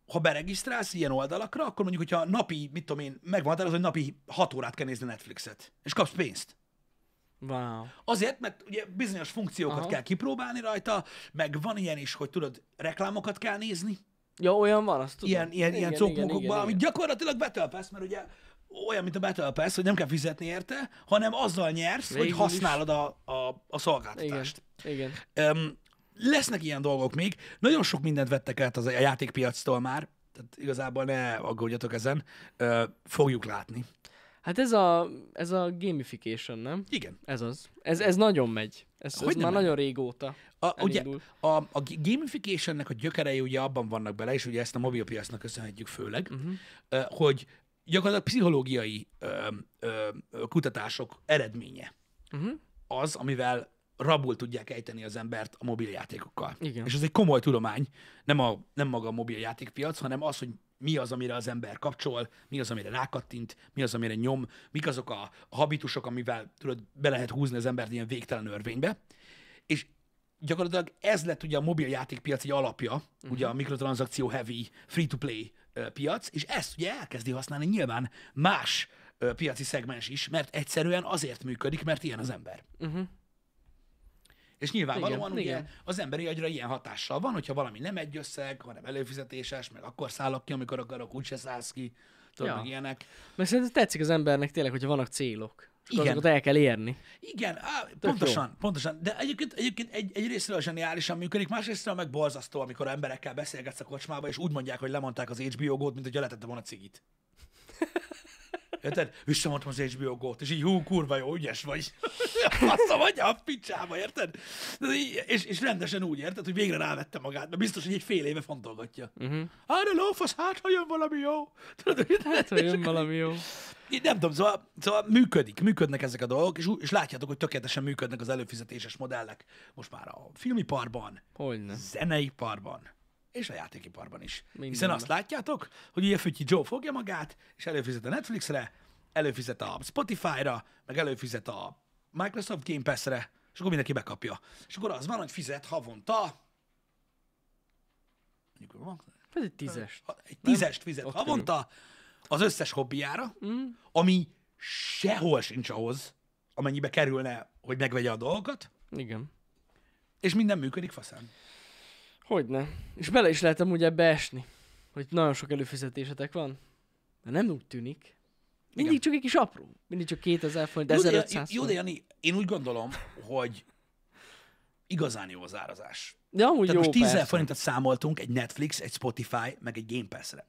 ha beregisztrálsz ilyen oldalakra, akkor mondjuk, hogyha napi, mit tudom én, megvan határozva, hogy napi 6 órát kell nézni Netflixet, és kapsz pénzt.
Wow.
Azért, mert ugye bizonyos funkciókat Aha.
Aha.
kell kipróbálni rajta, meg van ilyen is, hogy tudod, reklámokat kell nézni,
Ja, olyan van, azt tudom.
ilyen, ilyen, ilyen
igen, igen,
cokmokokban, ami
igen.
gyakorlatilag Battle Pass, mert ugye olyan, mint a Battle Pass, hogy nem kell fizetni érte, hanem azzal nyersz,
Végül
hogy
is.
használod a, a, a
igen.
szolgáltatást.
igen.
Öm, lesznek ilyen dolgok még. Nagyon sok mindent vettek át az, a játékpiactól már, tehát igazából ne aggódjatok ezen. Ö, fogjuk látni.
Hát ez a, ez a gamification, nem?
Igen.
Ez az. Ez, ez nagyon megy. Ez,
Hogy
ez
nem
már
megy?
nagyon régóta
A, ugye,
elindul.
a, a gamificationnek a gyökerei ugye abban vannak bele, és ugye ezt a mobilpiacnak köszönhetjük főleg,
Mhm.
uh-huh. ö, hogy gyakorlatilag pszichológiai ö, ö, ö, kutatások eredménye
Uh-huh.
az, amivel rabul tudják ejteni az embert a mobiljátékokkal.
Igen.
És ez egy komoly tudomány, nem, a, nem maga a mobiljátékpiac, hanem az, hogy mi az, amire az ember kapcsol, mi az, amire rákattint, mi az, amire nyom, mik azok a habitusok, amivel tudod, be lehet húzni az embert ilyen végtelen örvénybe. És gyakorlatilag ez lett ugye a mobiljátékpiac egy alapja, uh-huh.
Mhm.
ugye a mikrotranszakció heavy, free-to-play ö, piac, és ezt ugye elkezdi használni nyilván más ö, piaci szegmens is, mert egyszerűen azért működik, mert ilyen az ember.
Uh-huh.
És nyilvánvalóan
Igen,
ugye
igen.
az emberi agyra ilyen hatással van, hogyha valami nem egy összeg, hanem előfizetéses, meg akkor szállok ki, amikor akarok, úgyse szállsz ki, tudod,
Ja.
meg ilyenek.
Mert szerintem tetszik az embernek tényleg, hogyha vannak célok. És
Igen.
igen. azokat el kell érni.
Igen, á, pontosan, pontosan. De egyébként, egyébként egy, egy részről zseniálisan működik, másrésztről meg borzasztó, amikor emberekkel beszélgetsz a kocsmába, és úgy mondják, hogy lemondták az HBO gót, mint hogy letette volna a
[laughs]
cigit. Érted? Visszamondtam az HBO gót, és így hú, kurva jó, ügyes vagy. [laughs] Faszom, adja a picsába, érted? De így- És, és rendesen úgy, érted, hogy végre rávette magát, mert biztos, hogy egy fél éve fontolgatja.
Mhm.
Uh-huh. Ára lófasz, hát ha jön valami jó. Tudod, hogy-
Hát, hogy jön valami jó.
így nem tudom, szóval, szóval működik, működnek ezek a dolgok, és, ú- és látjátok, hogy tökéletesen működnek az előfizetéses modellek most már a filmiparban,
Hogyne.
zeneiparban és a játékiparban is. Mindenben. Hiszen
Mindenben.
azt látjátok, hogy ugye Fütyi Joe fogja magát, és előfizet a Netflixre, előfizet a Spotify-ra, meg előfizet a Microsoft Game Pass-re, és akkor mindenki bekapja. És akkor az van, hogy fizet havonta, mondjuk van,
Ez egy tízes.
ha- egy tízest fizet
Ott
havonta az összes hobbiára, mm. ami sehol sincs ahhoz, amennyibe kerülne, hogy megvegye a dolgokat,
Igen.
és minden működik faszán.
Hogyne. És bele is lehet amúgy ebbe esni, hogy nagyon sok előfizetésetek van. De nem úgy tűnik. Mindig
Igen.
csak egy kis apró. Mindig csak 2000 forint,
Jó, de-
1500
Jó, de
forint.
Jani, én úgy gondolom, hogy igazán jó az árazás.
De amúgy
Tehát
jó,
most 10
persze.
forintot számoltunk egy Netflix, egy Spotify, meg egy Game Pass-re.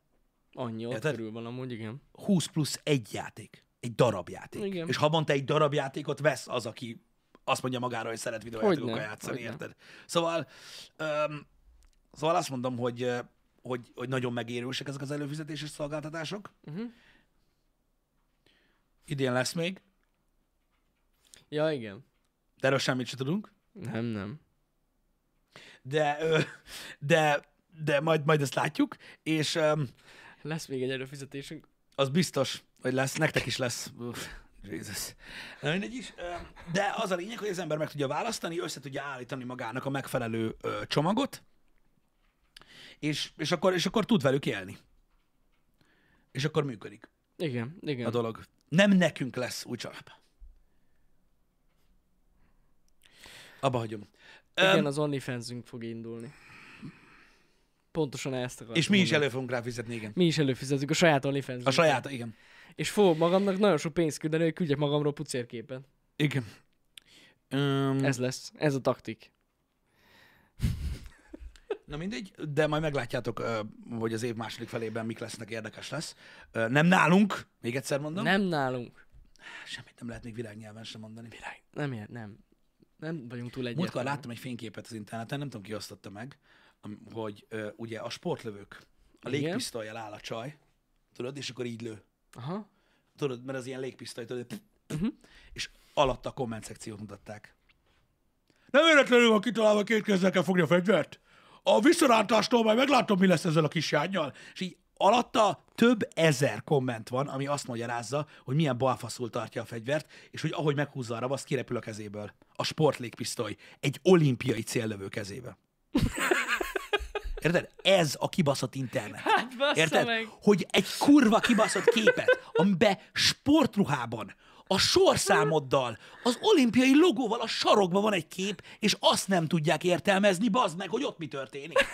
Annyi, ott
Érted?
körül van amúgy, igen.
20 plusz egy játék. Egy darab játék.
Igen.
És havonta egy darab játékot vesz az, aki azt mondja magára, hogy szeret videójátékokkal
Hogyne,
játszani,
hogyne.
érted? Szóval, öm, szóval azt mondom, hogy, ö, hogy, hogy nagyon megérősek ezek az előfizetéses szolgáltatások.
Mhm.
Uh-huh. Idén lesz még,
Ja, igen.
de erről semmit sem tudunk.
Nem, nem.
De, ö, de, de majd, majd ezt látjuk, és öm,
Lesz még egy előfizetésünk.
Az biztos, hogy lesz, nektek is lesz. Uff, Jézus. Na mindegy is. ö, De az a lényeg, hogy az ember meg tudja választani, össze tudja állítani magának a megfelelő ö, csomagot, és, és, akkor, és akkor tud velük élni. És akkor működik
Igen, igen.
a dolog. Nem nekünk lesz új csalap. Abba hagyom.
igen, az OnlyFansünk fog indulni. Pontosan ezt akartam.
És mi is
mondani.
elő fogunk rá fizetni, igen.
mi is előfizetünk a saját onlyfans
A saját, igen.
És fogok magamnak nagyon sok pénzt küldeni, hogy küldjek magamról pucérképet.
Igen. Um,
Ez lesz. Ez a taktik.
Na mindegy, de majd meglátjátok, ö, hogy az év második felében mik lesznek, érdekes lesz. Ö, Nem nálunk, még egyszer mondom.
Nem nálunk.
Semmit nem lehet még világnyelven sem mondani. Virág.
Nem, ilyen- nem. Nem vagyunk túl egyet.
Múltkor láttam egy fényképet az interneten, nem tudom ki osztotta meg, am- hogy ö, ugye a sportlövők, a
Igen.
légpisztolyjal áll a csaj, tudod, és akkor így lő.
Aha.
Tudod, mert az ilyen légpisztoly, tudod, pff, pff, és alatta a komment szekciót mutatták. Nem véletlenül van kitalálva két kézzel kell fogni a fegyvert. A visszarántástól majd meglátom, mi lesz ezzel a kis járnyal. És így alatta több ezer komment van, ami azt magyarázza, hogy milyen balfaszul tartja a fegyvert, és hogy ahogy meghúzza a rabaszt, kirepül a kezéből. A sportlégpisztoly egy olimpiai céllövő kezébe. Érted? Ez a kibaszott internet.
Hát bassza
Érted?
meg.
Hogy egy kurva kibaszott képet, amiben sportruhában, a sorszámoddal, az olimpiai logóval a sarokban van egy kép, és azt nem tudják értelmezni, bazd meg, hogy ott mi történik.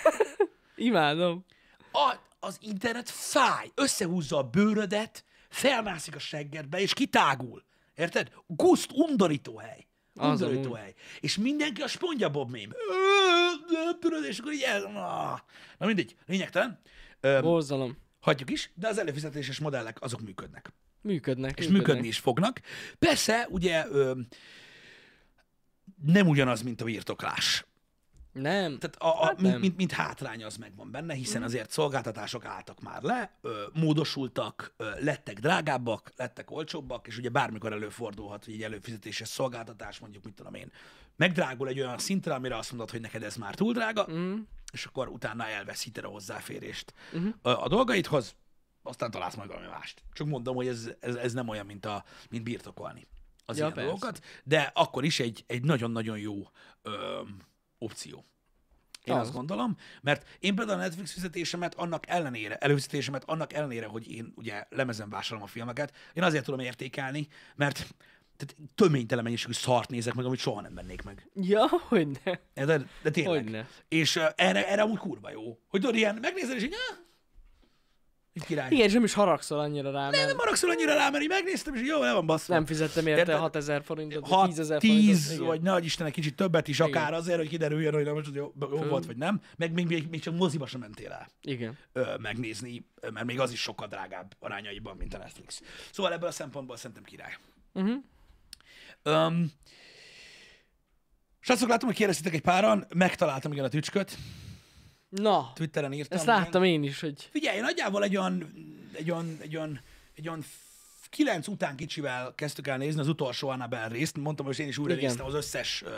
Imádom.
A, az internet fáj, összehúzza a bőrödet, felmászik a seggedbe, és kitágul. Érted? Guszt, undorító hely.
Az
Undorító
amúgy.
hely. És mindenki a spongyabob mém. Ö, nem Tudod, és akkor így el... ah. Na mindegy, lényegtelen. Ö,
Borzalom.
hagyjuk is, de az előfizetéses modellek azok működnek.
Működnek.
És működni is fognak. Persze, ugye ö, nem ugyanaz, mint a birtoklás.
Nem.
Tehát a, a,
Hát
mint,
nem. Mhm.
mint, mint hátrány az megvan benne, hiszen azért szolgáltatások álltak már le, ö, módosultak, ö, lettek drágábbak, lettek olcsóbbak, és ugye bármikor előfordulhat, hogy egy előfizetéses szolgáltatás, mondjuk mit tudom én, megdrágul egy olyan szintre, amire azt mondod, hogy neked ez már túl drága,
Mm.
és akkor utána elveszíted a hozzáférést
Mhm.
a, a dolgaidhoz, aztán találsz majd valami mást. Csak mondom, hogy ez, ez, ez nem olyan, mint, a, mint birtokolni az
Ja,
ja, ilyen
persze.
dolgokat, de akkor is egy, egy nagyon-nagyon jó öm, opció. Én
Az.
azt gondolom, mert én például a Netflix fizetésemet annak ellenére, előfizetésemet annak ellenére, hogy én ugye lemezen vásárolom a filmeket, én azért tudom értékelni, mert tehát töménytelen mennyiségű szart nézek meg, amit soha nem vennék meg.
Ja, hogy ne.
De, de tényleg.
Hogyne.
És uh, erre, erre amúgy kurva jó. Hogy tudod, ilyen megnézel, és így, ah, így király. Igen.
Igen, és nem is haragszol annyira rá, mert
Nem
nem,
haragszol annyira rá, mert így megnéztem, és így, jó, le van basszva.
fizettem érte
Érted?
6000 forintot, vagy
6,
10000 forintot.
10,
Igen.
vagy nagy Isten, egy kicsit többet is, akár
Igen.
azért, hogy kiderüljön, hogy nem most jó, jó volt, vagy nem. Meg még, még, még csak moziba sem mentél el
Igen.
ö, megnézni, ö, mert még az is sokkal drágább arányaiban, mint a Netflix. Szóval ebből a szempontból szerintem király.
Mhm.
Um, Srácok, látom, hogy kérdeztétek egy páran, megtaláltam igen a tücsköt,
Na,
Twitteren írtam.
ezt
igen.
láttam én is, hogy [laughs]
Figyelj, nagyjából egy olyan, egy olyan, egy olyan, egy olyan f- kilenc után kicsivel kezdtük el nézni az utolsó Annabelle részt. Mondtam, hogy én is újra
Igen.
Igen. néztem az összes uh,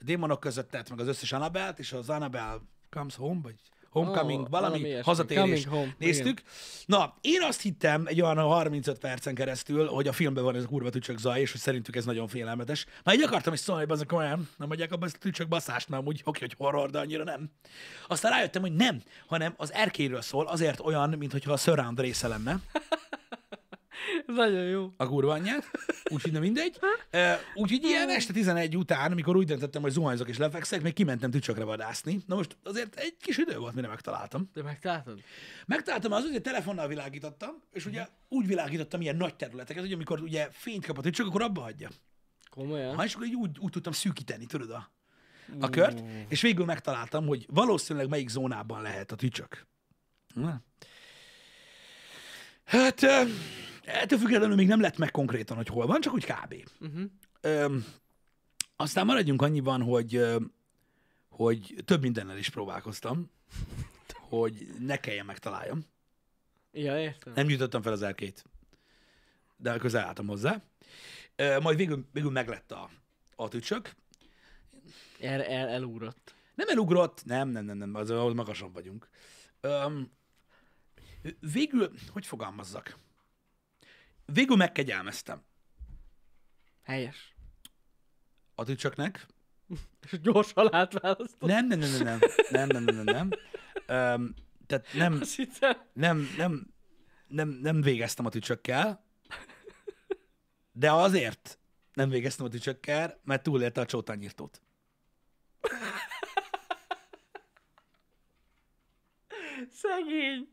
démonok között, tehát meg az összes Annabelle-t, és az Annabelle Comes Home, vagy Homecoming,
Ó,
oh,
valami
valami, valami
ilyesmi.
hazatérés.
Coming home,
Néztük. Na, én azt hittem egy olyan 35 percen keresztül, hogy a filmben van ez a kurva tücsök zaj, és hogy szerintük ez nagyon félelmetes. Már így akartam is szólni, hogy azok olyan, nem adják abba ezt a tücsök baszást, mert amúgy oké, hogy horror, de annyira nem. Aztán rájöttem, hogy nem, hanem az erkéről szól, azért olyan, mintha a surround része lenne
ez nagyon jó.
a kurva anyját, úgyhogy nem
[laughs]
mindegy. Ö, Úgyhogy ilyen este 11 után, amikor úgy döntöttem, hogy zuhanyzok és lefekszek, még kimentem tücsökre vadászni. Na most azért egy kis idő volt, mire megtaláltam.
De megtaláltad?
Megtaláltam az, hogy telefonnal világítottam, és ugye úgy világítottam ilyen nagy területeket, hogy amikor ugye fényt kap a tücsök, akkor abba hagyja.
Komolyan?
Ha és akkor így úgy, úgy tudtam szűkíteni, tudod, a,
Mhm.
a kört, és végül megtaláltam, hogy valószínűleg melyik zónában lehet a tücsök. Na. Hát, ö, ettől függetlenül még nem lett meg konkrétan, hogy hol van, csak úgy kb.
Uh-huh.
Öm, aztán maradjunk annyiban, hogy, öm, hogy több mindennel is próbálkoztam, hogy ne kelljen megtaláljam.
Ja, értem.
Nem jutottam fel az erkét, de közel álltam hozzá. Ö, Majd végül, végül meglett a, a tücsök.
El, el, elugrott.
Nem elugrott, nem, nem, nem, nem, az ahol magasan vagyunk. Öm, Végül, hogy fogalmazzak? Végül megkegyelmeztem
Helyes.
a tücsöknek.
És gyorsan átválasztott.
Nem, nem, nem, nem, nem, nem, nem, nem, nem. Öm, tehát nem,
Azt hittem.
nem, nem, nem, nem végeztem a tücsökkel, de azért nem végeztem a tücsökkel, mert túlélte a csótányírtót.
Szegény.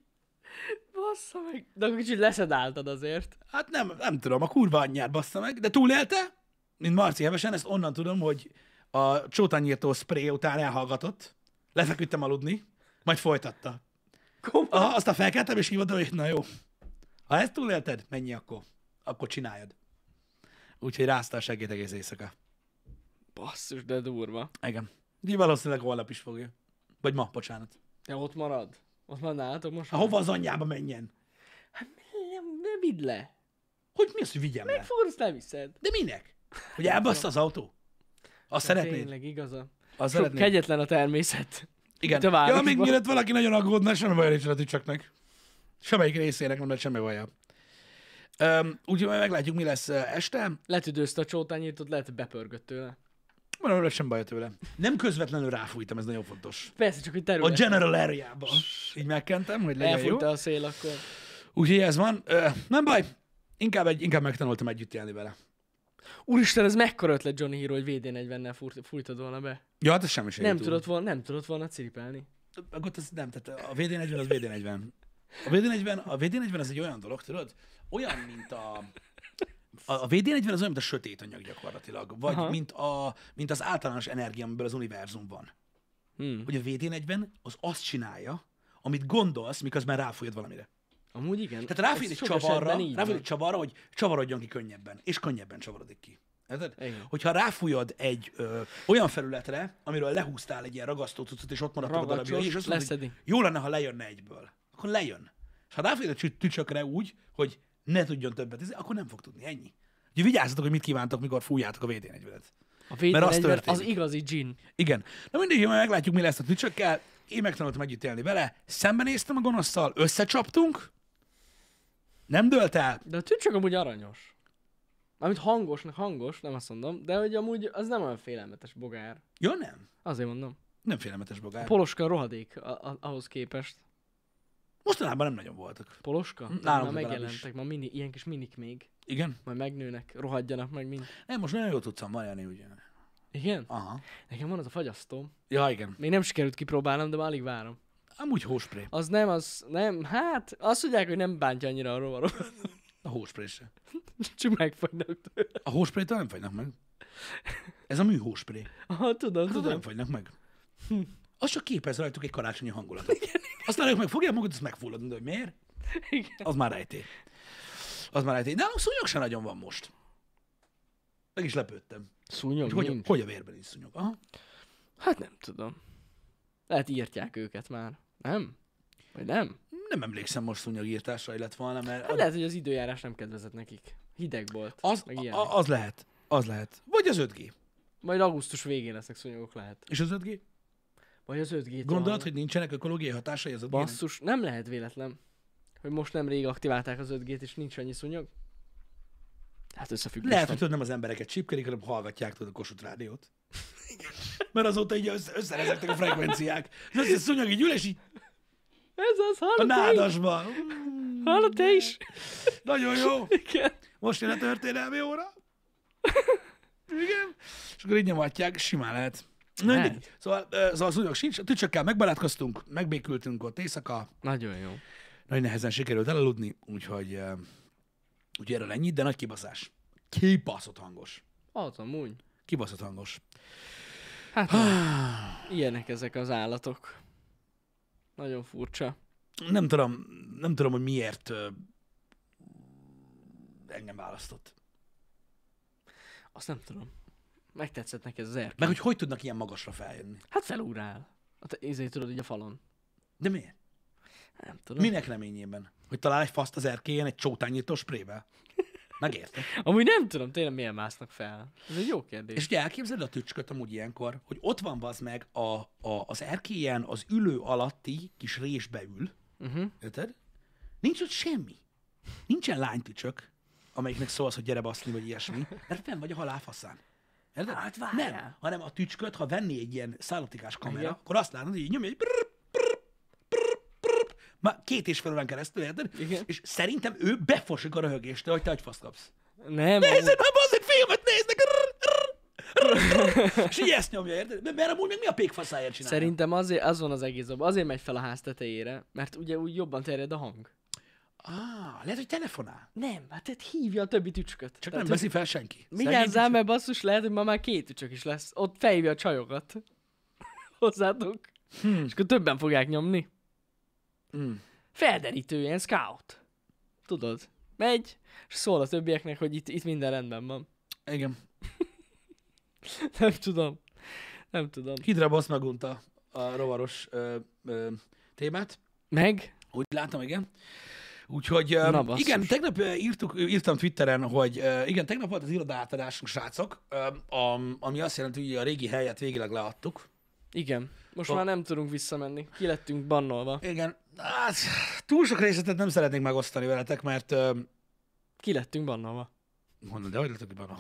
Bassza meg. De akkor kicsit leszedáltad azért.
Hát nem, nem tudom, a kurva anyját bassza meg, de túlélte, mint Marci Hevesen, ezt onnan tudom, hogy a csótányírtó spray után elhallgatott, lefeküdtem aludni, majd folytatta.
Komolyan.
Aha, aztán felkeltem, és hívottam, hogy na jó, ha ezt túlélted, menj akkor, akkor csináljad. Úgyhogy rázta a segít egész éjszaka.
Basszus, de durva.
Igen. Úgyhogy valószínűleg holnap is fogja. Vagy ma, bocsánat.
Ja, ott marad. Ott van nálatok most?
Ha hova az anyjába menjen?
Nem, nem vidd le.
Hogy mi az, hogy vigyem le?
Megfordulsz, nem hiszed.
De minek? Hogy elbassza az autó? Azt szeretnéd?
Tényleg igaza.
Azt
Sok
szeretnéd?
kegyetlen a természet.
Igen.
itt a
Ja,
városban.
még mielőtt valaki nagyon aggódna, semmi baj nincs a tücsöknek. Semmelyik részének nem lett semmi baja. Öm, úgyhogy majd meglátjuk, mi lesz ö, este.
Letüdőzte a csótányítót, lehet, hogy bepörgött tőle.
Van nem lett sem baj tőle. Nem közvetlenül ráfújtam, ez nagyon fontos.
Persze, csak hogy
A
terület.
general area-ba. Így megkentem, hogy legyen jó.
Elfújta a szél akkor.
Úgyhogy ez van. Ö, nem baj. Inkább, egy, inkább megtanultam együtt élni vele.
Úristen, ez mekkora ötlet Johnny Hero, hogy VD40-nel fúrt- fújtad volna be.
Ja, hát ez semmi sem
Nem tudott, volna, nem tudott volna ciripelni.
Akkor az nem, tehát a VD40 az VD40. A VD40, a VD40 az egy olyan dolog, tudod? Olyan, mint a... A, a VD40 az olyan, mint a sötét anyag gyakorlatilag. Vagy
Aha.
mint, a, mint az általános energia, amiből az univerzum van.
Hmm.
Hogy a VD40 az azt csinálja, amit gondolsz, miközben ráfújod valamire.
Amúgy igen.
Tehát ráfújod
ez
egy
sok
csavarra,
esetben így
ráfújod egy
van.
csavarra, hogy csavarodjon ki könnyebben. És könnyebben csavarodik ki. Érted?
Igen.
Hogyha ráfújod egy ö, olyan felületre, amiről lehúztál egy ilyen ragasztó cuccot, és ott maradtak a
Ragacsos,
darabjai, és azt mondod, hogy
leszedi.
jó lenne, ha lejönne egyből. Akkor lejön. És ha ráfújod a csü- tücsökre úgy, hogy ne tudjon többet, ízni, akkor nem fog tudni. Ennyi. Úgyhogy vigyázzatok, hogy mit kívántok, mikor fújjátok a vd 40
A
Mert az
VD40 az
történik.
igazi gin.
Igen. Na mindig, majd meglátjuk, mi lesz a tücsökkel. Én megtanultam együtt élni vele, szembenéztem a gonoszszal, összecsaptunk, nem dölt el,
De a tücsök amúgy aranyos. Mármint hangosnak hangos, nem azt mondom, de hogy amúgy az nem olyan félelmetes bogár.
Ja, nem.
Azért mondom.
Nem félelmetes bogár.
Poloska rohadék a- a- ahhoz képest.
Mostanában nem nagyon voltak.
Poloska?
Nálunk
Már
legalábbis.
megjelentek, ma mini, ilyen kis minik még.
Igen?
Majd megnőnek, rohadjanak meg mind.
Nem, most nagyon jól tudtam vajani, ugye.
Igen?
Aha.
Nekem van az a fagyasztóm.
Ja, igen.
Még nem sikerült kipróbálnom, de már alig várom.
Amúgy hóspré.
Az nem, az nem, hát azt mondják, hogy nem bántja annyira a rovarok. [laughs]
A hóspré se.
Csak megfagynak tőle.
A hósprétől nem fagynak meg. Ez a műhóspré.
Aha, tudom,
Tudod,
tudom.
nem fagynak meg.
Hm.
Az csak képez rajtuk egy karácsonyi hangulatot. Aztán ők megfogják magukat, azt megfullad, de hogy miért?
Igen.
Az már rejté. Az már rejté. Nálunk szúnyog se nagyon van most. Meg is lepődtem.
Szúnyog
Hogy, hogy,
nincs.
hogy a vérben is szúnyog. Aha.
Hát nem tudom. Lehet írtják őket már. Nem? Vagy nem?
Nem emlékszem most szúnyogírtásra, lett volna, mert
Hát lehet, hogy az időjárás nem kedvezett nekik. Hideg volt.
az,
meg ilyenek.
a, az lehet. Az lehet. Vagy az 5G.
Majd augusztus végén lesznek szúnyogok lehet.
És az 5G?
Vagy az 5G.
Gondolod, hogy nincsenek ökológiai hatásai az 5 g
Basszus, nem lehet véletlen, hogy most nemrég aktiválták az 5G-t, és nincs annyi szúnyog. Hát összefüggés
Lehet,
van.
hogy tudod, nem az embereket csipkelik, hanem hallgatják tudod a Kossuth rádiót. [laughs] Mert azóta így össze- összerezektek a frekvenciák. Az összes szúnyog így ül, és így
Ez az,
a
hallott te is?
nádasban.
Hallott te is?
Nagyon jó.
Igen.
Most jön a történelmi óra. Igen. És akkor így nyomatják, simán lehet. Na,
Lehet.
mindegy. Szóval, ö, szóval az újok sincs, a tücsökkel megbarátkoztunk, megbékültünk ott éjszaka,
Nagyon jó.
nagy nehezen sikerült elaludni, úgyhogy, ö, úgyhogy erről ennyit, de nagy kibaszás. Kibaszott hangos.
Az amúgy.
Kibaszott hangos.
Hát nem.
[sighs]
ilyenek ezek az állatok. Nagyon furcsa.
nem tudom, nem tudom, hogy miért ö, engem választott.
Azt nem tudom. Megtetszett neki ez az erkély.
Meg hogy hogy tudnak ilyen magasra feljönni?
Hát felugrál. Hát ezért tudod, hogy a falon.
De miért?
Nem tudom.
Minek reményében? Hogy talál egy faszt az erkélyen egy csótányító sprével? Megérted?
Amúgy nem tudom, tényleg miért másznak fel. Ez egy jó kérdés.
És ugye elképzeled a tücsköt amúgy ilyenkor, hogy ott van az meg a, a, az erkélyen az ülő alatti kis résbe ül,
Uh-huh.
érted? Nincs ott semmi. Nincsen lánytücsök, amelyiknek szólsz, hogy gyere baszni, vagy ilyesmi, mert fenn vagy a halálfaszán. Érted?
Hát várjál.
nem, hanem a tücsköt, ha venni egy ilyen szállótikás kamera,
Igen.
akkor azt látod, hogy így nyomja egy brr, brr, brr, brr, már két és fél órán keresztül, érted?
Igen.
És szerintem ő befosik a röhögéstől, hogy te agyfaszt kapsz.
Nem,
Nézd, hát azért filmet néznek! rrr, rrr, rrr, És így ezt nyomja, érted? Mert- Mert amúgy meg mi a pékfaszáért csinálja?
Szerintem azért, az van az egész abban. Azért megy fel a ház tetejére, mert ugye úgy jobban terjed a hang.
Ah, lehet, hogy telefonál.
Nem, hát tehát hívja a többi tücsköt.
Csak
tehát,
nem veszi fel senki.
Vigyázzál, mert basszus, lehet, hogy ma már két tücsök is lesz. Ott felhívja a csajokat. [laughs] Hozzátok.
Hmm.
És akkor többen fogják nyomni.
Hmm.
Felderítő, ilyen scout. Tudod? Megy, és szól a többieknek, hogy itt, itt minden rendben van. [laughs]
Igen.
Nem tudom. Nem tudom.
Hidra basz megunta a rovaros ö, ö, témát.
Meg?
Úgy látom, igen. Úgyhogy öm,
Na, basszus.
igen, tegnap ö, írtuk, írtam Twitteren, hogy ö, igen, tegnap volt az irodaátadásunk, srácok, öm, am- ami azt jelenti, hogy a régi helyet végleg leadtuk.
Igen. Most
Ó.
már nem tudunk visszamenni. Ki lettünk bannolva.
Igen, hát túl sok részletet nem szeretnék megosztani veletek, mert öm,
Ki lettünk bannolva.
Mondom, de hogy lehetek benne?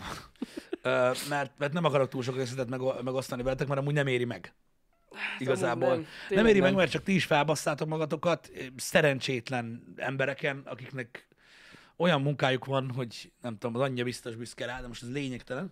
Ö, mert, mert nem akarok túl sok részletet meg, megosztani veletek, mert amúgy nem éri meg. Igazából.
Hát, amúgy
Nem,
nem. Tényleg
nem éri meg,
nem.
mert csak ti is felbasszátok magatokat ö, szerencsétlen embereken, akiknek olyan munkájuk van, hogy nem tudom, az anyja biztos büszke rá, de most ez lényegtelen,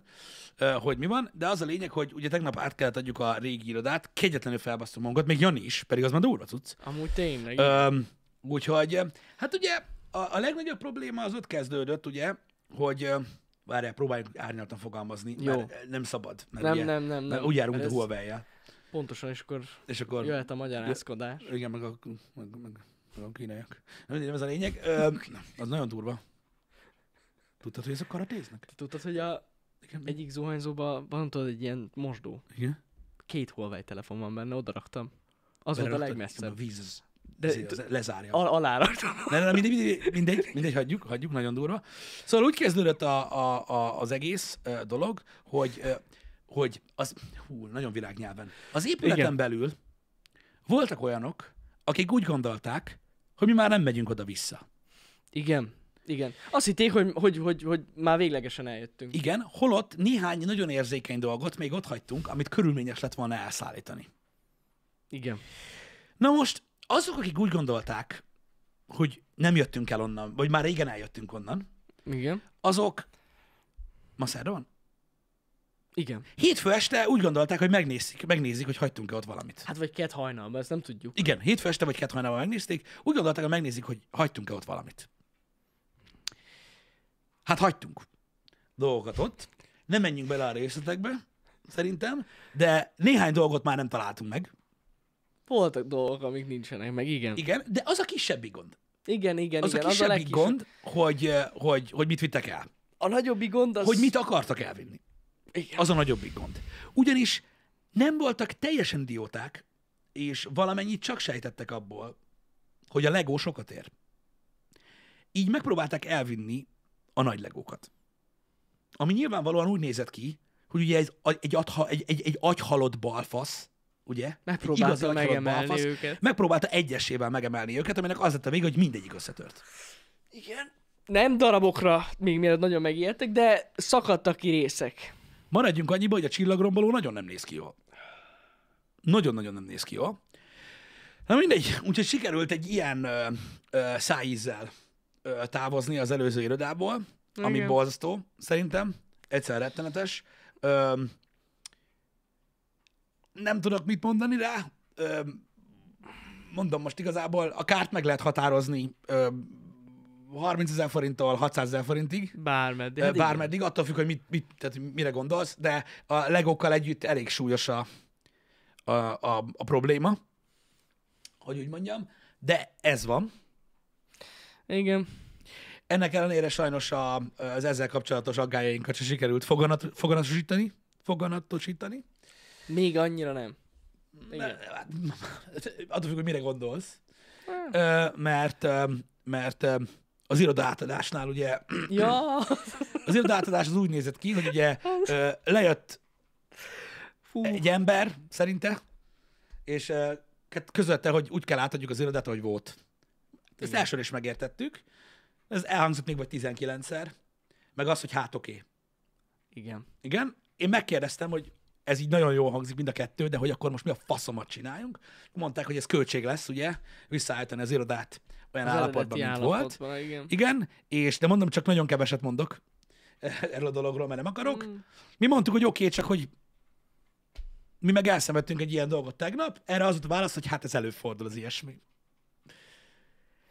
ö, hogy mi van. De az a lényeg, hogy ugye tegnap át kellett adjuk a régi irodát, kegyetlenül felbasztunk magunkat, még Jani is, pedig az már durva cucc.
Amúgy tényleg.
Öm, úgyhogy, hát ugye a, a legnagyobb probléma az ott kezdődött, ugye, hogy ö, várjál, próbáljunk árnyaltan fogalmazni,
Jó.
mert nem szabad. Mert
nem,
ugye,
nem, nem, nem.
Mert úgy járunk, mint
Mert
a
ez-
huawei
Pontosan, és akkor
És akkor...
jöhet a magyarázkodás.
Igen, meg a, meg, meg, meg a kínaiak. Nem, nem ez a lényeg. Ö, az nagyon durva. Tudtad, hogy ezek karatéznek?
Te tudtad, hogy a
Igen.
Mm-hmm. egyik zuhanyzóban van tudod egy ilyen mosdó.
Igen.
Két Huawei telefon van benne, oda raktam. Az volt a
Beleraktak,
legmesszebb.
A víz az,
De-
azért az lezárja.
Al- alá raktam.
Nem, nem, mindegy, mindegy, mindegy, mindegy hagyjuk, hagyjuk, nagyon durva. Szóval úgy kezdődött a, a, a, az egész ö, dolog, hogy, ö, hogy az, hú, nagyon világnyelven. Az épületen Igen.
Igen.
belül voltak olyanok, akik úgy gondolták, hogy mi már nem megyünk oda-vissza.
Igen. Igen. Azt hitték, hogy, hogy, hogy, hogy már véglegesen eljöttünk.
Igen, holott néhány nagyon érzékeny dolgot még ott hagytunk, amit körülményes lett volna elszállítani.
Igen.
Na most azok, akik úgy gondolták, hogy nem jöttünk el onnan, vagy már régen eljöttünk onnan,
Igen.
azok ma szerda van?
Igen.
Hétfő este úgy gondolták, hogy megnézik, megnézik hogy hagytunk-e ott valamit.
Hát vagy két hajnalban, ezt nem tudjuk.
Igen, hétfő este vagy kett hajnalban megnézték, úgy gondolták, hogy megnézik, hogy hagytunk-e ott valamit. Hát hagytunk dolgokat ott, nem menjünk bele a részletekbe, szerintem, de néhány dolgot már nem találtunk meg.
Voltak dolgok, amik nincsenek meg, igen.
Igen, de az a kisebbik gond.
Igen, igen,
Az
igen.
a kisebbik
legkisebb-
gond, hogy, hogy, hogy mit vittek el.
A nagyobbik gond az...
Hogy mit akartak elvinni.
Igen.
Az a nagyobbik gond. Ugyanis nem voltak teljesen dióták, és valamennyit csak sejtettek abból, hogy a legó sokat ér. Így megpróbálták elvinni a nagy legókat. Ami nyilvánvalóan úgy nézett ki, hogy ugye egy, egy, adha, egy, egy, egy agyhalott balfasz, ugye? Egy
Megpróbálta
igazi agyhalott
megemelni őket.
Megpróbálta egyesével megemelni őket, aminek az lett a vége, hogy mindegyik összetört.
Igen. Nem darabokra, még mielőtt nagyon megijedtek, de szakadtak ki részek.
Maradjunk annyiba, hogy a csillagromboló nagyon nem néz ki jól. Nagyon-nagyon nem néz ki jól. Na mindegy, úgyhogy sikerült egy ilyen ö, ö, szájízzel ö, távozni az előző irodából, Igen. ami
Igen.
borzasztó, szerintem. Egyszer rettenetes. Ö, nem tudok mit mondani rá. Ö, mondom most igazából, a kárt meg lehet határozni ö, 30 ezer forinttól 600 ezer forintig.
Bármeddig.
Hát bármeddig, attól függ, hogy mit, mit, tehát mire gondolsz, de a legókkal együtt elég súlyos a, a, a, a probléma, hogy úgy mondjam, de ez van.
Igen.
Ennek ellenére sajnos a, az ezzel kapcsolatos aggájainkat se sikerült foganat, foganatosítani, foganatosítani.
Még annyira [clears throat] nem. Igen.
Hát, [laughs] Attól függ, hogy mire gondolsz. Ö, Mert, ö, mert ö, az iroda átadásnál ugye
Ja,
az iroda átadás az úgy nézett ki, hogy ugye ö, lejött
fú.
egy ember, szerinte, és ö, k- közölte, hogy úgy kell átadjuk az irodát, ahogy volt. Ezt elsőre is megértettük. Ez elhangzott még vagy 19-szer. Meg az, hogy hát oké.
Igen.
Igen. Én megkérdeztem, hogy ez így nagyon jól hangzik mind a kettő, de hogy akkor most mi a faszomat csináljunk. Mondták, hogy ez költség lesz, ugye, visszaállítani az irodát olyan
Az
állapotban,
eredeti
mint volt.
állapotban, igen.
Igen, és de mondom, csak nagyon keveset mondok [laughs] erről a dologról, mert nem akarok. Mm. Mi mondtuk, hogy oké, okay, csak hogy mi meg elszenvedtünk egy ilyen dolgot tegnap, erre az volt a válasz, hogy hát ez előfordul az ilyesmi.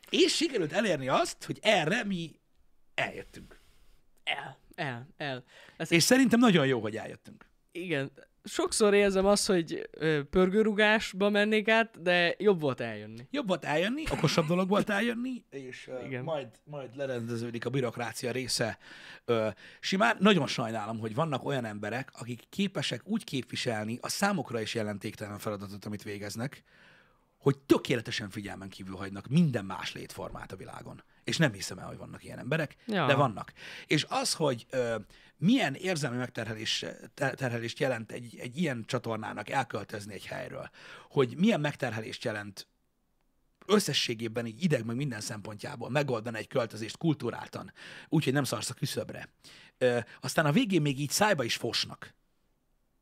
És sikerült elérni azt, hogy erre mi eljöttünk.
El, el, el. Ez,
És szerintem nagyon jó, hogy eljöttünk.
igen, sokszor érzem azt, hogy ö, pörgőrugásba mennék át, de jobb volt eljönni.
Jobb volt eljönni, okosabb dolog volt eljönni, és ö,
Igen.
majd, majd lerendeződik a bürokrácia része ö, simán. Nagyon sajnálom, hogy vannak olyan emberek, akik képesek úgy képviselni a számokra is jelentéktelen feladatot, amit végeznek, hogy tökéletesen figyelmen kívül hagynak minden más létformát a világon. És nem hiszem el, hogy vannak ilyen emberek, ja.
Ja.
de vannak. És az, hogy ö, milyen érzelmi megterhelés, ter- terhelést jelent egy, egy ilyen csatornának elköltözni egy helyről, hogy milyen megterhelést jelent összességében így ideg meg minden szempontjából megoldani egy költözést kulturáltan, úgyhogy nem szarsz a küszöbre. Ö, aztán a végén még így szájba is fosnak.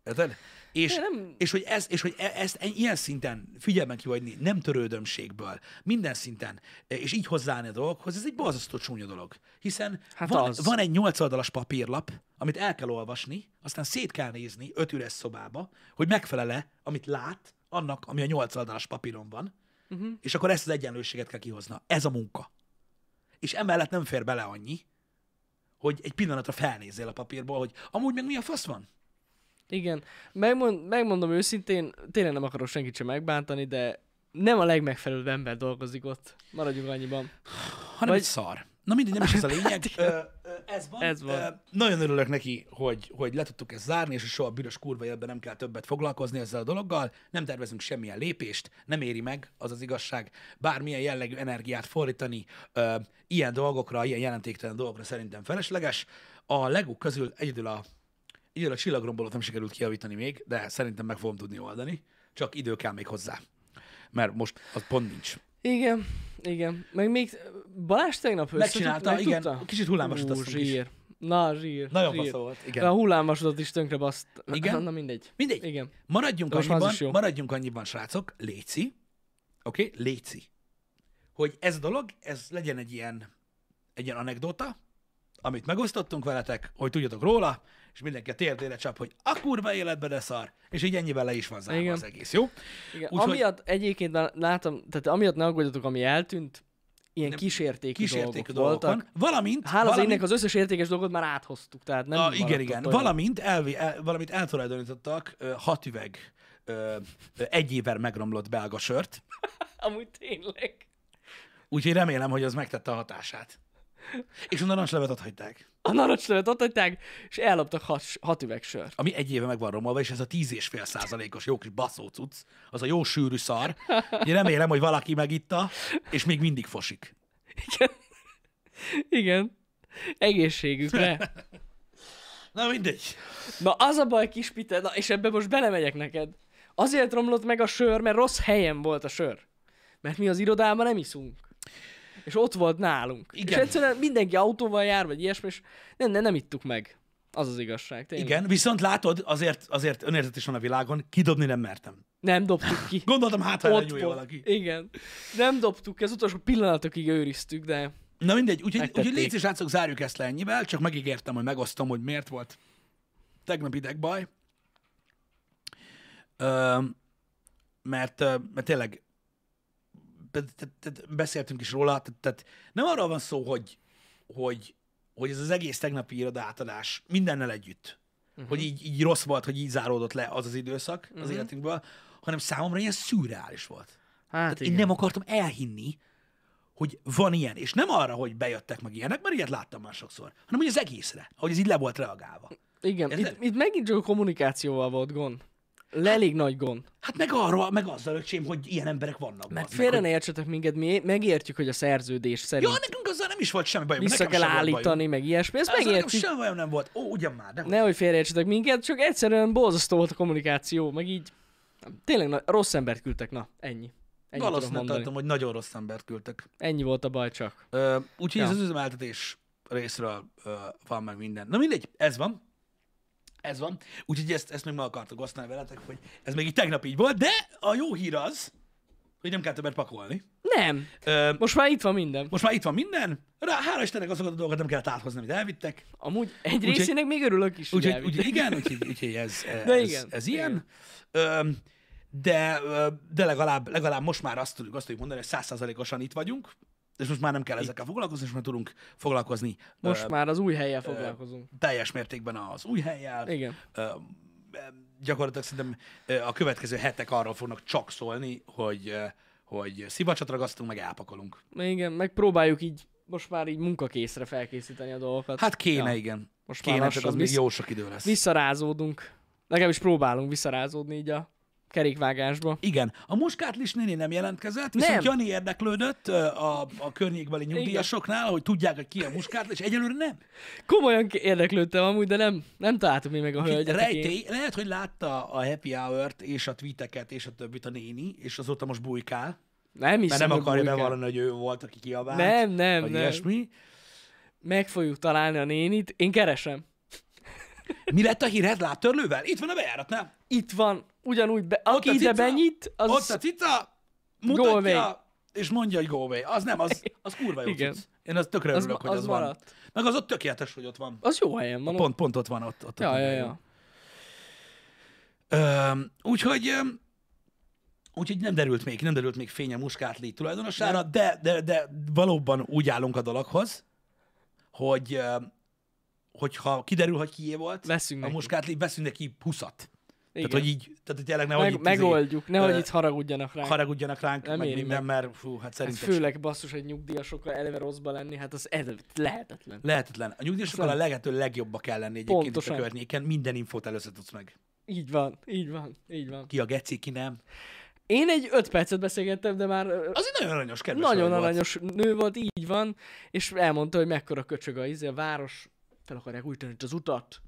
Érted? És,
De nem-
és hogy, ez, és hogy e- ezt e- ilyen szinten figyelmen kivagyni, nem törődömségből, minden szinten, E, és így hozzáállni a dolgokhoz, ez egy borzasztó csúnya dolog. Hiszen
Hát
van,
az.
van egy nyolc oldalas papírlap, amit el kell olvasni, aztán szét kell nézni öt üres szobába, hogy megfelele, amit lát, annak, ami a nyolc oldalas papíron van,
Mhm.
uh-huh. és akkor ezt az egyenlőséget kell kihozna. Ez a munka. És emellett nem fér bele annyi, hogy egy pillanatra felnézzél a papírból, hogy amúgy meg mi a fasz van?
Igen, Megmond, megmondom őszintén, tényleg nem akarok senkit sem megbántani, de nem a legmegfelelőbb ember dolgozik ott. Maradjunk annyiban.
hanem
Vagy-
egy szar. Na mindegy, nem is ez a lényeg. Hát, ö, ö, ez van.
Ez van.
Ö, nagyon örülök neki, hogy, hogy le tudtuk ezt zárni, és hogy soha a büdös kurva életben nem kell többet foglalkozni ezzel a dologgal. Nem tervezünk semmilyen lépést, nem éri meg, az az igazság. Bármilyen jellegű energiát fordítani ö, ilyen dolgokra, ilyen jelentéktelen dolgokra szerintem felesleges. A leguk közül egyedül a Egyedül a csillagrombolót nem sikerült kijavítani még, de szerintem meg fogom tudni oldani. Csak idő kell még hozzá. Mert most az pont nincs.
Igen, igen. Meg még Balázs tegnap össze-
Megcsinálta,
meg
igen.
tudta?
Kicsit hullámosodott
Ú,
azt mondjuk is.
zsír. Na, zsír.
Nagyon
zsír.
fasza volt, igen.
De a hullámosodat is tönkre baszt.
Igen?
[laughs] Na mindegy.
Mindegy.
Igen.
Maradjunk
De most már az
annyiban,
is jó.
maradjunk annyiban, srácok, léci, oké, okay? léci, hogy ez a dolog, ez legyen egy ilyen, egy ilyen anekdota, amit megosztottunk veletek, hogy tudjatok róla, és mindenki a térdére csap, hogy a kurva életbe de szar, és így ennyivel le is van zárva
Igen.
az egész, jó?
igen.
Úgyhogy-
Úgyhogy... Amiatt egyébként már látom, tehát amiatt ne aggódjatok, ami eltűnt, ilyen
Nem,
kísértéki,
Kísértékű
dolgok
dolgokon,
voltak.
valamint,
Hála az
valamint
énnek az összes értékes dolgot már áthoztuk, tehát nem
a, igen,
maradt
igen,
ott olyan.
valamint, elvi, el, valamint eltulajdonítottak ö, hat üveg ö, ö, egy évvel megromlott belga sört,
Amúgy tényleg.
úgyhogy remélem, hogy az megtette a hatását. És onnan a levet ott hagyták.
A narancslevet ott hagyták, és elloptak hat, hat üveg sört.
ami egy éve meg van romolva, és ez a 10,5 százalékos jó kis baszó cucc, az a jó sűrű szar. Ugye remélem, hogy valaki megitta, és még mindig fosik.
Igen. Egészségükre.
Na mindegy.
Na az a baj, kis Peter, na, és ebbe most belemegyek neked. Azért romlott meg a sör, mert rossz helyen volt a sör. Mert mi az irodában nem iszunk. És ott volt nálunk.
Igen.
És egyszerűen mindenki autóval jár, vagy ilyesmi, és nem, nem, nem ittuk meg. Az az igazság, tényleg.
Igen, viszont látod, azért, azért önérzet is van a világon, kidobni nem mertem.
Nem dobtuk
[laughs]
ki.
Gondoltam, hát ha
Ott
elnyúlja
volt.
valaki.
Igen. Nem dobtuk ki, az utolsó pillanatokig őriztük, de
Na mindegy, úgyhogy,
Megtették.
úgyhogy légy és rácok, zárjuk ezt le ennyivel, csak megígértem, hogy megosztom, hogy miért volt tegnap idegbaj. Ö, mert, ö, mert tényleg be- te- te- te- beszéltünk is róla, tehát- tehát nem arról van szó, hogy, hogy, hogy ez az egész tegnapi irodátadás mindennel együtt, uh-huh. hogy így, így rossz volt, hogy így záródott le az az időszak uh-huh. az életünkből, hanem számomra ilyen szürreális volt.
hát
Én nem akartam elhinni, hogy van ilyen. És nem arra, hogy bejöttek meg ilyenek, mert ilyet láttam már sokszor, hanem hogy az egészre, hogy ez így le volt reagálva.
Igen,
Érted?
itt, itt megint csak a kommunikációval volt gond. Elég nagy gond.
Hát meg arra, meg azzal, öcsém, hogy ilyen emberek vannak.
Mert
bazd meg,
félre
hogy-
ne értsetek minket, mi megértjük, hogy a szerződés szerint
Ja,
ja,
nekünk azzal nem is volt semmi bajom.
vissza
nekem
kell
sem volt bajom.
állítani, meg ilyesmi, ezt
Azzal nekem
megértjük.
semmi bajom nem volt. Ó, ugyan már, de ne.
Nehogy félreértsetek minket, csak egyszerűen borzasztó volt a kommunikáció, meg így tényleg na, rossz embert küldtek, na, ennyi. Ennyit tudok
Valószínűleg
mondani.
tartom, hogy nagyon rossz embert küldtek.
Ennyi volt a baj csak.
Ö, úgyhogy
Ja.
ez az üzemeltetés részről ö, van meg minden. Na mindegy, ez van. Ez van. Úgyhogy ezt, ezt még meg akartuk osztani veletek, hogy ez még így tegnap így volt, de a jó hír az, hogy nem kell többet pakolni.
Nem.
Ö,
Most már itt van minden.
most már itt van minden, rá, hála Istennek azokat a dolgokat nem kellett áthozni, amit elvittek.
Amúgy egy
Úgyhogy-
részének még örülök is. hogy
Úgyhogy,
elvitt.
úgyhogy igen, úgyhogy, úgyhogy ez, ez,
De
ez,
igen,
ez
igen.
ilyen. Ö, de, ö, de legalább, legalább most már azt tudjuk, azt tudjuk mondani, hogy százszázalékosan itt vagyunk, és most már nem kell ezekkel foglalkozni, és már tudunk foglalkozni most
Most
ö,
már az új helyel foglalkozunk.
teljes mértékben az új helyjel.
Igen.
Ö, ö, gyakorlatilag szerintem ö, a következő hetek arról fognak csak szólni, hogy, ö, hogy szivacsot ragasztunk, meg elpakolunk.
Igen, megpróbáljuk így most már így munkakészre felkészíteni a dolgokat.
Hát kéne,
Ja.
igen.
Most már
Kéne, tehát
lassan
az még
visz-
jó sok idő lesz.
Visszarázódunk. Legalábbis próbálunk visszarázódni így a kerékvágásba.
Igen. A Muskátlis néni nem jelentkezett, viszont
Nem.
Jani érdeklődött ö, a, a környékbeli nyugdíjasoknál, hogy tudják, hogy ki a Muskátlis, egyelőre nem.
Komolyan érdeklődtem amúgy, de nem, nem találtuk még meg a
Úgyhogy
hölgyet. hát aki-
Rejtély, lehet, hogy látta a happy hour-t és a tweeteket és a többit a néni, és azóta most bujkál,
Nem hiszem,
mert nem
hogy
akarja
bujkál.
bevallani, hogy ő volt, aki kiabált.
Nem, nem,
vagy
nem.
ilyesmi.
Meg fogjuk találni a nénit. Én keresem.
Mi lett a hírhet lábtörlővel? Itt van a bejáratnál.
Itt van, ugyanúgy, be,
Ott
aki
a
ide
cica,
benyit, az...
Ott a cica,
Go away.
mutatja, és mondja, hogy go away. Az nem, az, az kurva jó
Igen.
cucc. Én az tökre
Az
örülök,
ma-
hogy
az
az van.
maradt.
Meg az ott tökéletes, hogy ott van.
az jó helyen van.
Pont, pont ott van, ott, ott,
Ja,
ott
ja,
van.
ja.
Öm, úgyhogy, öm, úgyhogy nem derült még, nem derült még fény a muskátli tulajdonosára, de, de, de valóban úgy állunk a dologhoz, hogy öm, hogyha kiderül, hogy kié volt,
Veszünk
a
neki.
muskátli, veszünk neki 20 Tehát,
Igen.
hogy így, tehát hogy tényleg nehogy
Meg,
itt izé,
megoldjuk, nehogy
ö,
itt haragudjanak rá.
haragudjanak ránk,
Nem
meg
éri
minden, mert fú, hát
Hát
szerintem
főleg basszus, egy nyugdíjasokkal eleve rosszba lenni, hát az ez lehetetlen.
lehetetlen. A nyugdíjasokkal a
Szerintem.
lehető legjobbba kell lenni egyébként itt a
Pontosan.
környéken, minden infót először tudsz meg.
Így van, így van, így van.
Ki a geci, ki nem.
Én egy öt percet beszélgettem, de már ö,
Az egy nagyon aranyos, kedves
nagyon
hölgy volt.
aranyos nő volt, így van, és elmondta, hogy mekkora köcsög a izé, a város, fel akarják újítani itt az utat.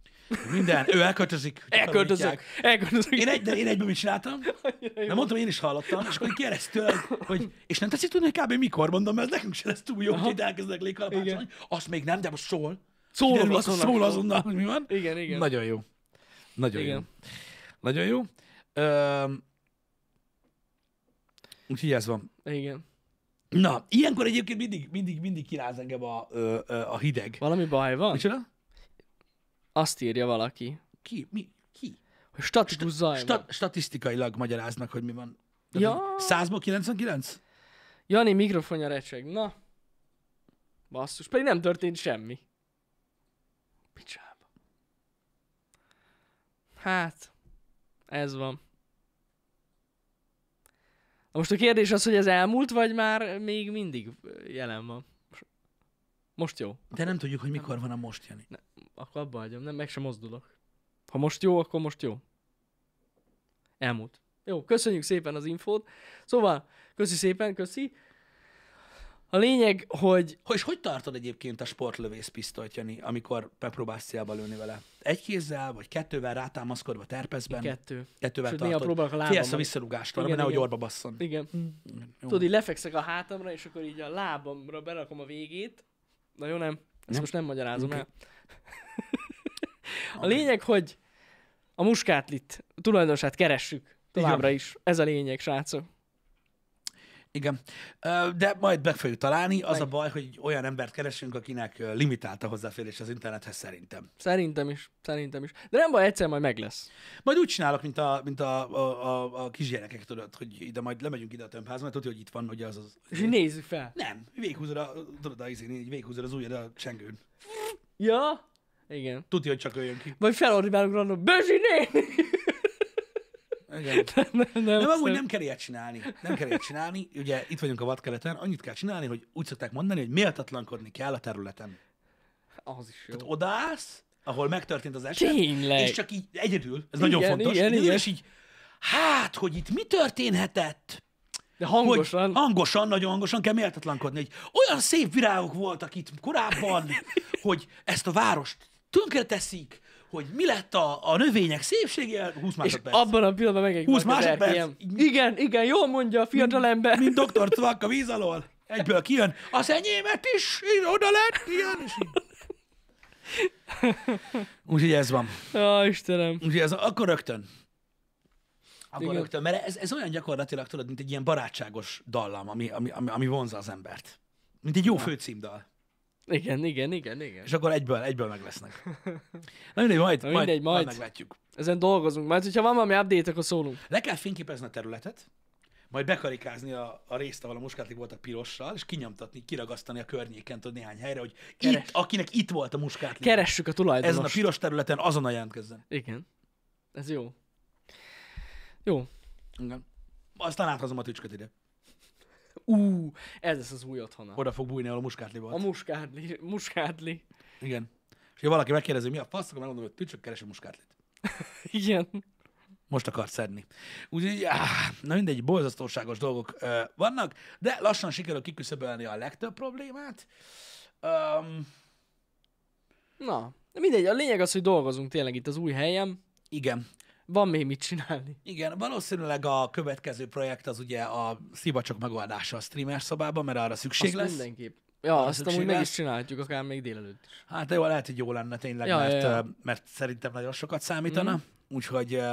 Minden. Ő elköltözik. hogy
Elköltözök,
takarítják.
elköltözök.
Én, egy, én egyben mit csináltam?
Annyira
Nem
jó.
mondtam, én is hallottam, és akkor kérdezte tőlem, hogy, és nem tetszik tudni, hogy kb. mikor mondom, mert ez nekünk se lesz túl jó, hogy itt elkezdek légkalapácsolni. Azt még nem, de most szól.
Szólom
Kiderül, az-
azonnal.
Szól azonnal, hogy mi van.
Igen, igen.
Nagyon jó. Nagyon jó.
Igen.
Nagyon jó. Öm, Úgyhogy ez van.
igen.
Na, ilyenkor egyébként mindig, mindig, mindig kiráz engem a, ö, ö, a hideg.
Valami baj van?
Micsoda?
Azt írja valaki,
Ki? Mi? Ki?
hogy statikus zaj van.
Stat- statisztikailag magyaráznak, hogy mi van.
Ja.
100-ból 99?
Jani mikrofonja recseg. Na. Basszus, pedig nem történt semmi. Picsába. Hát, ez van. Na most a kérdés az, hogy ez elmúlt, vagy már még mindig jelen van. Most jó.
De nem tudjuk, hogy mikor van a most, Jani.
Akkor abba hagyom, nem, meg sem mozdulok. Ha most jó, akkor most jó. Elmúlt. Jó, köszönjük szépen az infót. Szóval, köszi szépen, köszi. A lényeg, hogy
És hogy tartod egyébként a sportlövész pisztolyt, Jani, amikor megpróbálsz célba lőni vele? Egy kézzel, vagy kettővel rátámaszkodva terpezben?
kettő.
Kettővel
Sőt, néha
tartod.
próbálok a
Félsz a
lábammal.
visszarúgástól,
Igen,
mert nehogy
igen.
orba basszon.
Igen.
Hm. Jó.
Tudod, így lefekszek a hátamra, és akkor így a lábamra berakom a végét. Na jó, nem. Ezt
Nem.
most nem magyarázom
Oké. [laughs]
el. A lényeg, hogy a muskátlit tulajdonosát keressük. Továbbra is. Ez a lényeg, srácok.
Igen. Ö, De majd meg fogjuk találni. Az
Meg.
a baj, hogy olyan embert keresünk, akinek ö, limitált a hozzáférés az internethez szerintem.
Szerintem is, szerintem is. De nem baj, egyszer majd meg lesz.
Majd úgy csinálok, mint a, mint a, a, a, a kisgyerekek, tudod, hogy ide majd lemegyünk ide a tömbházba, mert tudja, hogy itt van, hogy az az...
És így nézzük fel.
Nem, véghúzod a, tudod, a izén, így véghúzod az ujjad a csengőn.
Ja? Igen.
Tudja, hogy csak ő jön ki.
Vagy felordibálunk random, Bözsi néni!
Igen.
nem, nem,
Nem, amúgy
szem-
nem kell ilyet csinálni. Nem kell ilyet csinálni. Ugye itt vagyunk a vadkeleten, annyit kell csinálni, hogy úgy szokták mondani, hogy méltatlankodni kell a területen.
Az is jó.
Tehát odaállsz, ahol megtörtént az eset,
Tényleg.
és csak így egyedül, ez
Igen,
nagyon fontos,
igen,
egyedül,
igen.
és így, hát, hogy itt mi történhetett?
De
Hogy
hangosan.
hangosan, nagyon hangosan kell méltatlankodni, hogy olyan
[laughs]
szép virágok voltak itt korábban, hogy ezt a várost tönkreteszik, hogy mi lett a, a növények szépsége, 20
És
másodperc.
abban a pillanatban meg egy
20
Mark Zuckerberg
másodperc.
ilyen, Igen, igen, jól mondja a fiatalember.
Mint doktor Tvak a víz alól. Egyből kijön, az enyémet is, így oda lett, ilyen, és
[laughs]
így. Úgyhogy ez van.
Á, Istenem.
Úgyhogy ez, akkor rögtön. Akkor
Igen.
rögtön, mert ez, ez olyan gyakorlatilag, tudod, mint egy ilyen barátságos dallam, ami, ami, ami, ami vonza az embert. Mint egy jó főcímdal.
Igen, igen, igen, igen.
És akkor egyből, egyből meg lesznek. Na mindegy, majd,
Na
majd,
mindegy,
majd.
majd.
majd meglátjuk.
Ezen dolgozunk. Majd, hogyha van valami update, akkor szólunk.
Le kell fényképezni a területet, majd bekarikázni a, a részt, ahol a muskátlik voltak pirossal, és kinyomtatni, kiragasztani a környéken, tudod, néhány helyre, hogy
Keres.
itt, akinek itt volt a muskátlik,
Keressük a tulajdonost.
ezen a piros területen azonnal jelentkezzen.
Igen. Ez jó. Jó.
Igen. Aztán áthozom a tücsköt ide.
Ú, ez lesz az új otthona.
Oda fog bújni, ahol a muskátli volt.
A muskádli, muskádli.
Igen. És ha valaki megkérdezi, mi a fasz, akkor megmondom, hogy tücsök keres a muskátlit.
Igen.
Most akar szedni. Úgyhogy, áh, na mindegy, borzasztóságos dolgok ö, vannak, de lassan sikerül kiküszöbölni a legtöbb problémát. Um,
Na, de mindegy, a lényeg az, hogy dolgozunk tényleg itt az új helyen.
igen.
Van még mit csinálni.
Igen, valószínűleg a következő projekt az ugye a szivacsok megoldása a streamer szobában, mert arra szükség
Azt
lesz. Minden.
mindenképp. Ja, azt
szükség
amúgy meg is
lesz.
csinálhatjuk, akár még délelőtt is.
Hát jó, lehet, hogy jó lenne tényleg,
Ja,
ja, mert,
ja, Mhm. ja.
ja. mert szerintem nagyon sokat számítana. Mm. Úgyhogy, ö,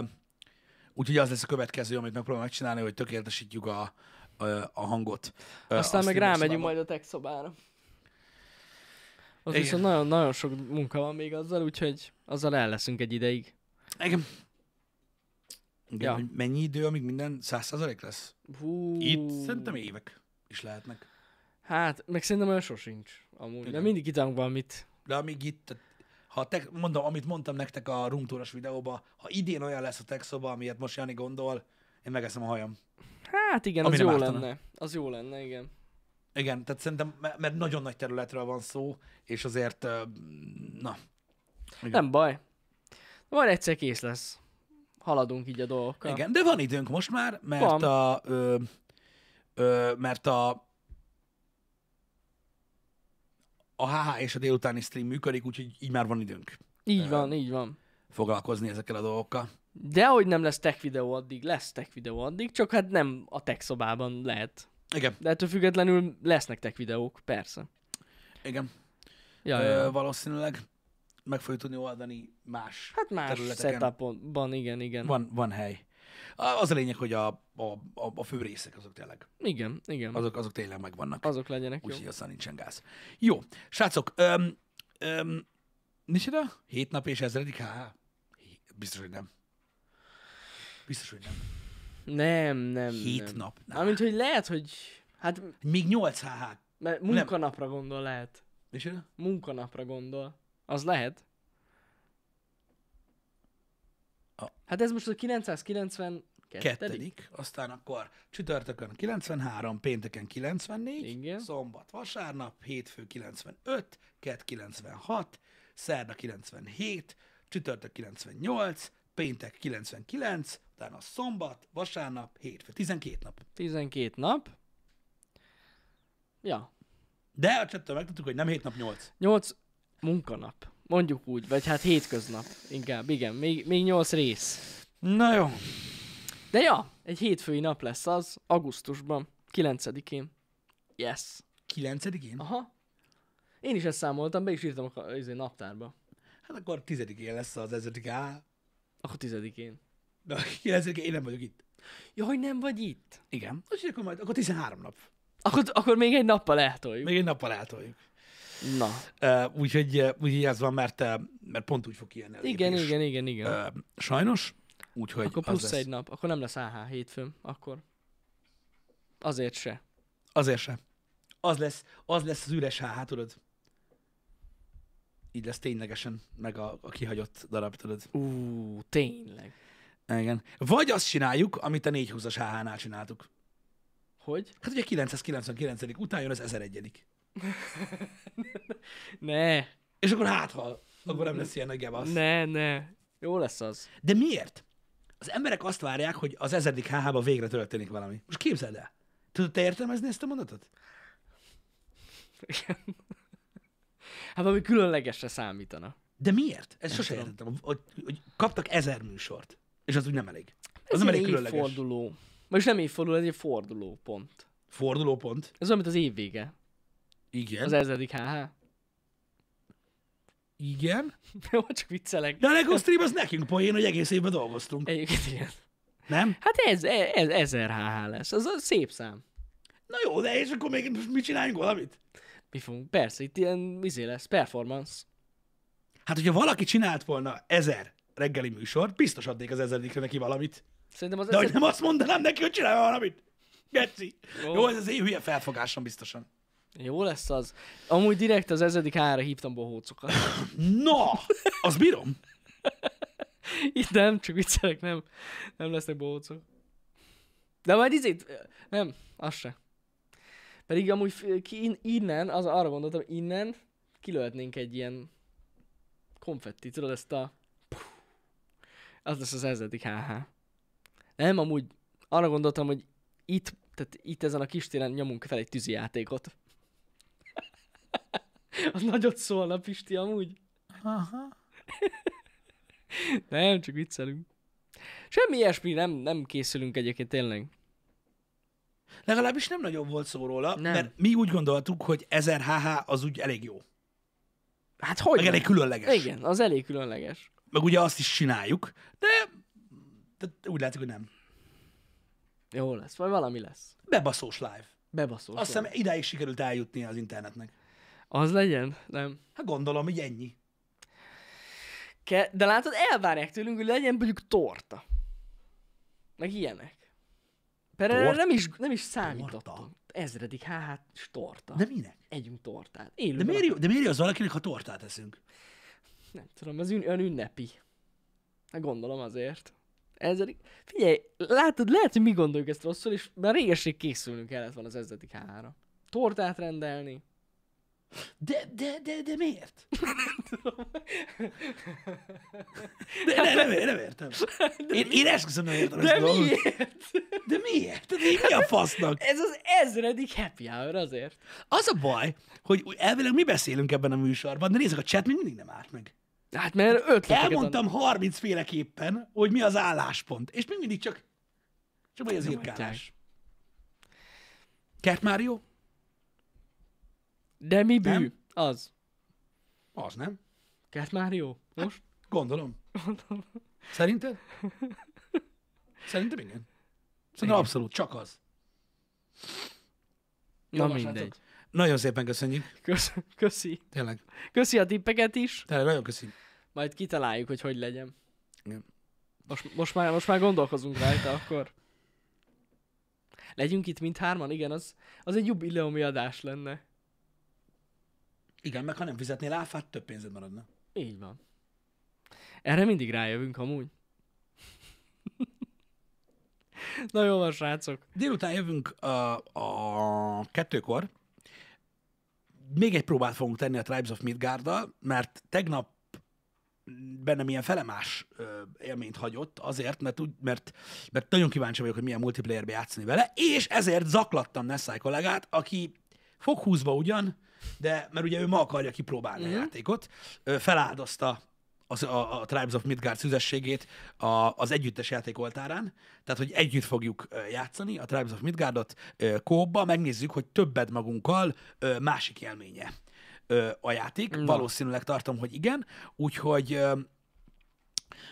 úgyhogy az lesz a következő, amit megpróbálom megcsinálni, hogy tökéletesítjük a, a, a hangot. ö,
Aztán
a
meg
streamer
rámegyünk
szobában.
majd a tech szobára. Az
Igen.
viszont nagyon, nagyon sok munka van még azzal, úgyhogy azzal el leszünk egy ideig.
Igen. Igen,
Ja.
ja. hogy mennyi idő, amíg minden száz százalék lesz?
Hú.
Itt szerintem évek is lehetnek.
Hát, meg szerintem olyan sosincs. Amúgy. De
Igen.
mindig kitálunk valamit.
De amíg itt, tehát, ha te, mondom, amit mondtam nektek a rumtúros videóban, ha idén olyan lesz a texoba, amilyet most Jani gondol, én megeszem a hajam.
Hát igen,
Ami
az
nem
jó
ártana.
lenne. Az jó lenne, igen.
Igen, tehát szerintem, me- mert nagyon nagy területről van szó, és azért, ö, na, Igen.
Nem baj. Majd egyszer kész lesz. Haladunk így a dolgokkal.
igen. De van időnk most már, mert
Van.
a, ö, ö, mert a a HH és a délutáni stream működik, úgyhogy így már van időnk
Így van, így van.
foglalkozni ezekkel a dolgokkal.
De hogy nem lesz tech videó addig, lesz tech videó addig, csak hát nem a tech szobában lehet.
Igen,
De ettől függetlenül lesznek tech videók, persze.
igen.
Ja, ja,
Ö,
ja.
valószínűleg meg fogjuk tudni oldani más
Hát más
területeken.
setupban, igen, igen.
Van, van hely. A- Az a lényeg, hogy a, a, a, a fő részek azok tényleg,
Igen, igen.
azok, azok tényleg megvannak.
Azok legyenek jó.
Úgyhogy azzal nincsen gáz. Jó, srácok, öm, öm, micsoda? Hét nap és ezredik? Há, biztos, hogy nem. Biztos, hogy nem.
Nem, nem,
Hét
nem.
nap. Nem.
Amint, hogy lehet, hogy... Hát,
Még nyolc HH.
mert munkanapra gondol lehet.
Micsoda?
munkanapra gondol. Az lehet?
A-
Hát ez most a 992.
Kettedik, aztán akkor csütörtökön 93, pénteken 94,
Igen.
szombat, vasárnap, hétfő 95, kett 96, szerda 97, csütörtök 98, péntek 99, utána szombat, vasárnap, hétfő, 12 nap.
12 nap. Ja,
De a csettől megtudtuk, hogy nem 7 nap 8.
8 munkanap. Mondjuk úgy, vagy hát hétköznap inkább, igen, még, még 8 rész.
Na jó.
De ja, egy hétfői nap lesz az, augusztusban, 9-én. Yes.
9-én?
Aha. Én is ezt számoltam, be is írtam a ka- izé, naptárba.
Hát akkor 10-én lesz az ezredik á.
Akkor 10-én.
Na, [laughs] 9 én nem vagyok itt.
Jaj, nem vagy itt.
Igen. És akkor majd, akkor 13 nap.
Akkor, akkor még egy nappal eltoljuk.
Még egy nappal eltoljuk.
Na.
Uh, úgyhogy, uh, úgyhogy ez van, mert, uh, mert pont úgy fog kijönni a
Igen,
lépés.
igen, igen, igen.
Uh, sajnos. Úgyhogy
akkor
az
plusz
lesz.
egy nap, akkor nem lesz AH hétfőn, akkor. Azért se.
Azért sem. Az lesz, az lesz az üres há, tudod. Így lesz ténylegesen, meg a, a kihagyott darab, tudod.
Ú, tényleg.
Igen. Vagy azt csináljuk, amit a 420-as HH-nál csináltuk.
Hogy?
Hát ugye 999. után jön az 1001.
Ne,
És akkor hát, ha akkor nem lesz ilyen nagy gebasz.
ne, ne. Jó lesz az.
De miért? Az emberek azt várják, hogy az ezedik HH-ba végre történik valami. Most képzeld el. Tudod te értelmezni ezt a mondatot?
Hát valami különlegesre számítana.
De miért? Ez sose
tudom.
értettem, hogy, hogy kaptak ezer műsort, és az úgy nem elég. Az
Ez
nem elég
ilyen
különleges. Fordul...
évforduló. Vagyis nem évforduló, ez egy forduló pont.
Fordulópont.
Ez olyan, mint az év vége.
Igen.
Az e- ezredik HH.
Igen.
[laughs] Jó, csak viccelek.
De a Lego Stream az nekünk poén, hogy egész évben dolgoztunk.
Egyébként igen.
Nem?
Hát ez, ez, ezer HH lesz. Az a szép szám.
Na jó, de és akkor még most mit csináljunk valamit?
Mi fogunk? Persze, itt ilyen izé lesz. Performance.
Hát, hogyha valaki csinált volna ezer reggeli műsort, biztos adnék az ezerdikre neki valamit.
Szerintem az
De hogy
ezer-
nem azt mondanám neki, hogy csinálj valamit. Geci.
Jó.
Jó, ez az én hülye felfogásom biztosan.
Jó lesz az. Amúgy direkt az ezredik hára hívtam bohócokat.
Na, az bírom.
[laughs] Itt nem, csak viccelek, nem. Nem lesznek bohócok. De majd izét, nem, az se. Pedig amúgy f- ki, in- innen, az, arra gondoltam, innen kilőhetnénk egy ilyen konfetti, tudod ezt a... Az lesz az ezredik HH. Nem, amúgy arra gondoltam, hogy itt, tehát itt ezen a kis téren nyomunk fel egy tűzijátékot. [laughs] az nagyot szólna, Pisti, amúgy.
Aha.
Nem, csak viccelünk. Semmi ilyesmi, nem, nem készülünk egyébként tényleg.
Legalábbis nem nagyon volt szó róla, nem.
Nem.
mert mi úgy gondoltuk, hogy 1000 HH az úgy elég jó.
Hát hogy?
Meg
nem?
elég különleges.
Igen, az elég különleges.
Meg ugye azt is csináljuk, de, de úgy látszik, hogy nem.
Jó lesz, vagy valami lesz.
Bebaszós live.
Bebaszol. szóval.
Azt hiszem idáig sikerült eljutni az internetnek.
Az legyen? Nem.
Hát gondolom, hogy ennyi.
Ke- de látod, elvárják tőlünk, hogy legyen mondjuk torta. Meg ilyenek. Például
Tort-
erre nem is, nem is számítottunk.
torta?
Ezredik, hát torta.
De
De...
minek?
Együnk tortát. Élünk
De miért, jó, de miért jó az valakinek, ha tortát eszünk?
Nem tudom, ez ün- olyan ünnepi. Hát gondolom azért. Ezredik... Figyelj, látod, lehet, hogy mi gondoljuk ezt rosszul, és már régeség készülnünk kellett van az ezredik hára. Tortát rendelni.
De, de, de, de miért? De, de nem, nem értem. Én, én esküszöm, nem értem ezt
De
a dolgot.
miért?
De miért? De mi a fasznak?
Ez az ezredik happy hour azért.
Az a baj, hogy úgy elvileg mi beszélünk ebben a műsorban, de nézzük, a chat még mindig nem állt meg.
Hát mert ötleteket...
Elmondtam 30 féleképpen, hogy mi az álláspont, és még mindig csak, csak vagy az
adnak.
irkálás. Kert Mário?
De mi bű?
Nem?
Az.
Az nem.
Kert már jó? Most?
Gondolom. Szerinted? Szerintem igen. Szerintem abszolút, csak az.
Na
Olvassátok.
mindegy.
Nagyon szépen köszönjük.
Kösz, köszi.
Tényleg.
Köszi a tippeket is.
Tényleg nagyon köszönjük.
Majd kitaláljuk, hogy hogy legyen.
Igen.
Most, most, már, most már gondolkozunk rajta akkor. Legyünk itt mindhárman? Igen, az, az egy jubileumi adás lenne.
Igen, meg ha nem fizetnél áfát, több pénzed maradna.
Így van. Erre mindig rájövünk amúgy. Na jó van, srácok.
Délután jövünk a, a kettőkor. Még egy próbát fogunk tenni a Tribes of midgard mert tegnap bennem ilyen felemás ö, élményt hagyott, azért, mert, úgy, mert, mert nagyon kíváncsi vagyok, hogy milyen multiplayerbe játszani vele, és ezért zaklattam Nessai kollégát, aki fog húzva ugyan, de mert ugye ő ma akarja kipróbálni a játékot, ö, feláldozta az, a, a Tribes of Midgard szüzességét a, az együttes játék oltárán, tehát hogy együtt fogjuk ö, játszani a Tribes of Midgardot ö, kóba, megnézzük, hogy többet magunkkal ö, másik élménye ö, a játék, valószínűleg tartom, hogy igen, úgyhogy ö,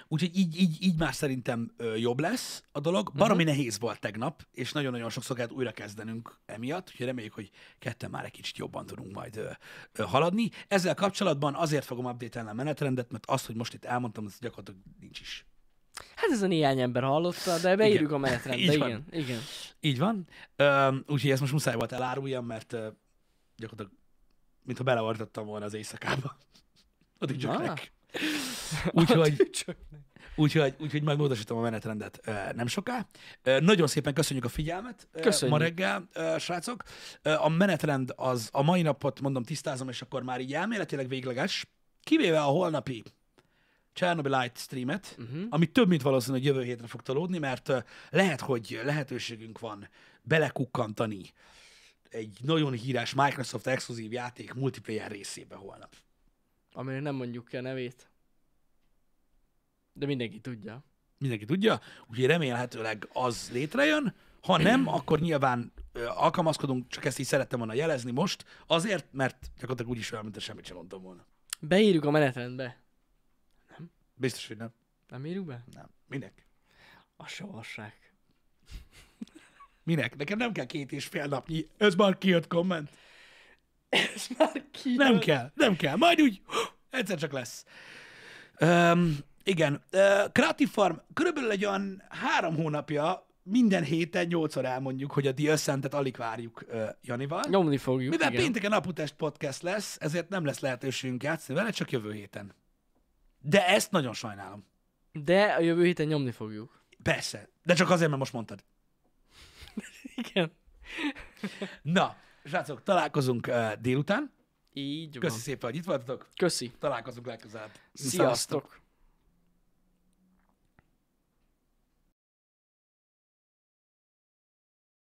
Úgyhogy így, így, így már szerintem ö, jobb lesz a dolog. Baromi uh-huh. nehéz volt tegnap, és nagyon-nagyon sokszor kellett újrakezdenünk emiatt, úgyhogy reméljük, hogy ketten már egy kicsit jobban tudunk majd ö, ö, haladni. Ezzel kapcsolatban azért fogom update a menetrendet, mert azt, hogy most itt elmondtam, az gyakorlatilag nincs is.
Hát ez a néhány ember hallotta, de beírjuk a menetrendbe.
Így van.
igen, [laughs] igen.
Így van. Ö, úgyhogy ezt most muszáj volt eláruljam, mert ö, gyakorlatilag mintha beleortottam volna az éjszakába. [laughs] Addig
Na.
csak Úgyhogy
[laughs] Csak
Úgyhogy, úgyhogy majd módosítom a menetrendet ö, nem soká. Ö, Nagyon szépen köszönjük a figyelmet ö,
Köszönjük.
ma reggel, ö, srácok. Ö, A menetrend az a mai napot, mondom, tisztázom, és akkor már így elméletileg végleges, kivéve a holnapi Chernobyl Light streamet,
Mhm.
uh-huh. ami több, mint valószínű, hogy jövő hétre fog tolódni, mert ö, lehet, hogy lehetőségünk van belekukkantani egy nagyon híres Microsoft exkluzív játék multiplayer részébe holnap.
aminek nem mondjuk ki a nevét. De mindenki tudja.
Mindenki tudja, úgyhogy remélhetőleg az létrejön. Ha nem, akkor nyilván ö, alkalmazkodunk, csak ezt így szerettem volna jelezni most, azért, mert gyakorlatilag úgy is olyan, mint semmit sem mondtam volna.
Beírjuk a menetrendbe.
Biztos, hogy nem.
Nem írjuk be?
Nem. Minek?
A sovaság.
Minek? Nekem nem kell két és fél napnyi. Ez már kijött komment.
Ez már ki.
Nem kell, nem kell. Majd úgy, egyszer csak lesz. Um, igen. Uh, Creative Farm körülbelül egy olyan három hónapja, minden héten nyolcszor elmondjuk, hogy a The Ascent-et alig várjuk uh, Janival.
Nyomni fogjuk.
Mivel
igen.
pénteken naputest podcast lesz, ezért nem lesz lehetőségünk játszani vele, csak jövő héten. De ezt nagyon sajnálom.
De a jövő héten nyomni fogjuk.
Persze. De csak azért, mert most mondtad.
Igen.
Na, srácok, találkozunk uh, délután.
Így van.
Köszi szépen, hogy itt voltatok.
Köszi.
Találkozunk legközelebb.
Sziasztok.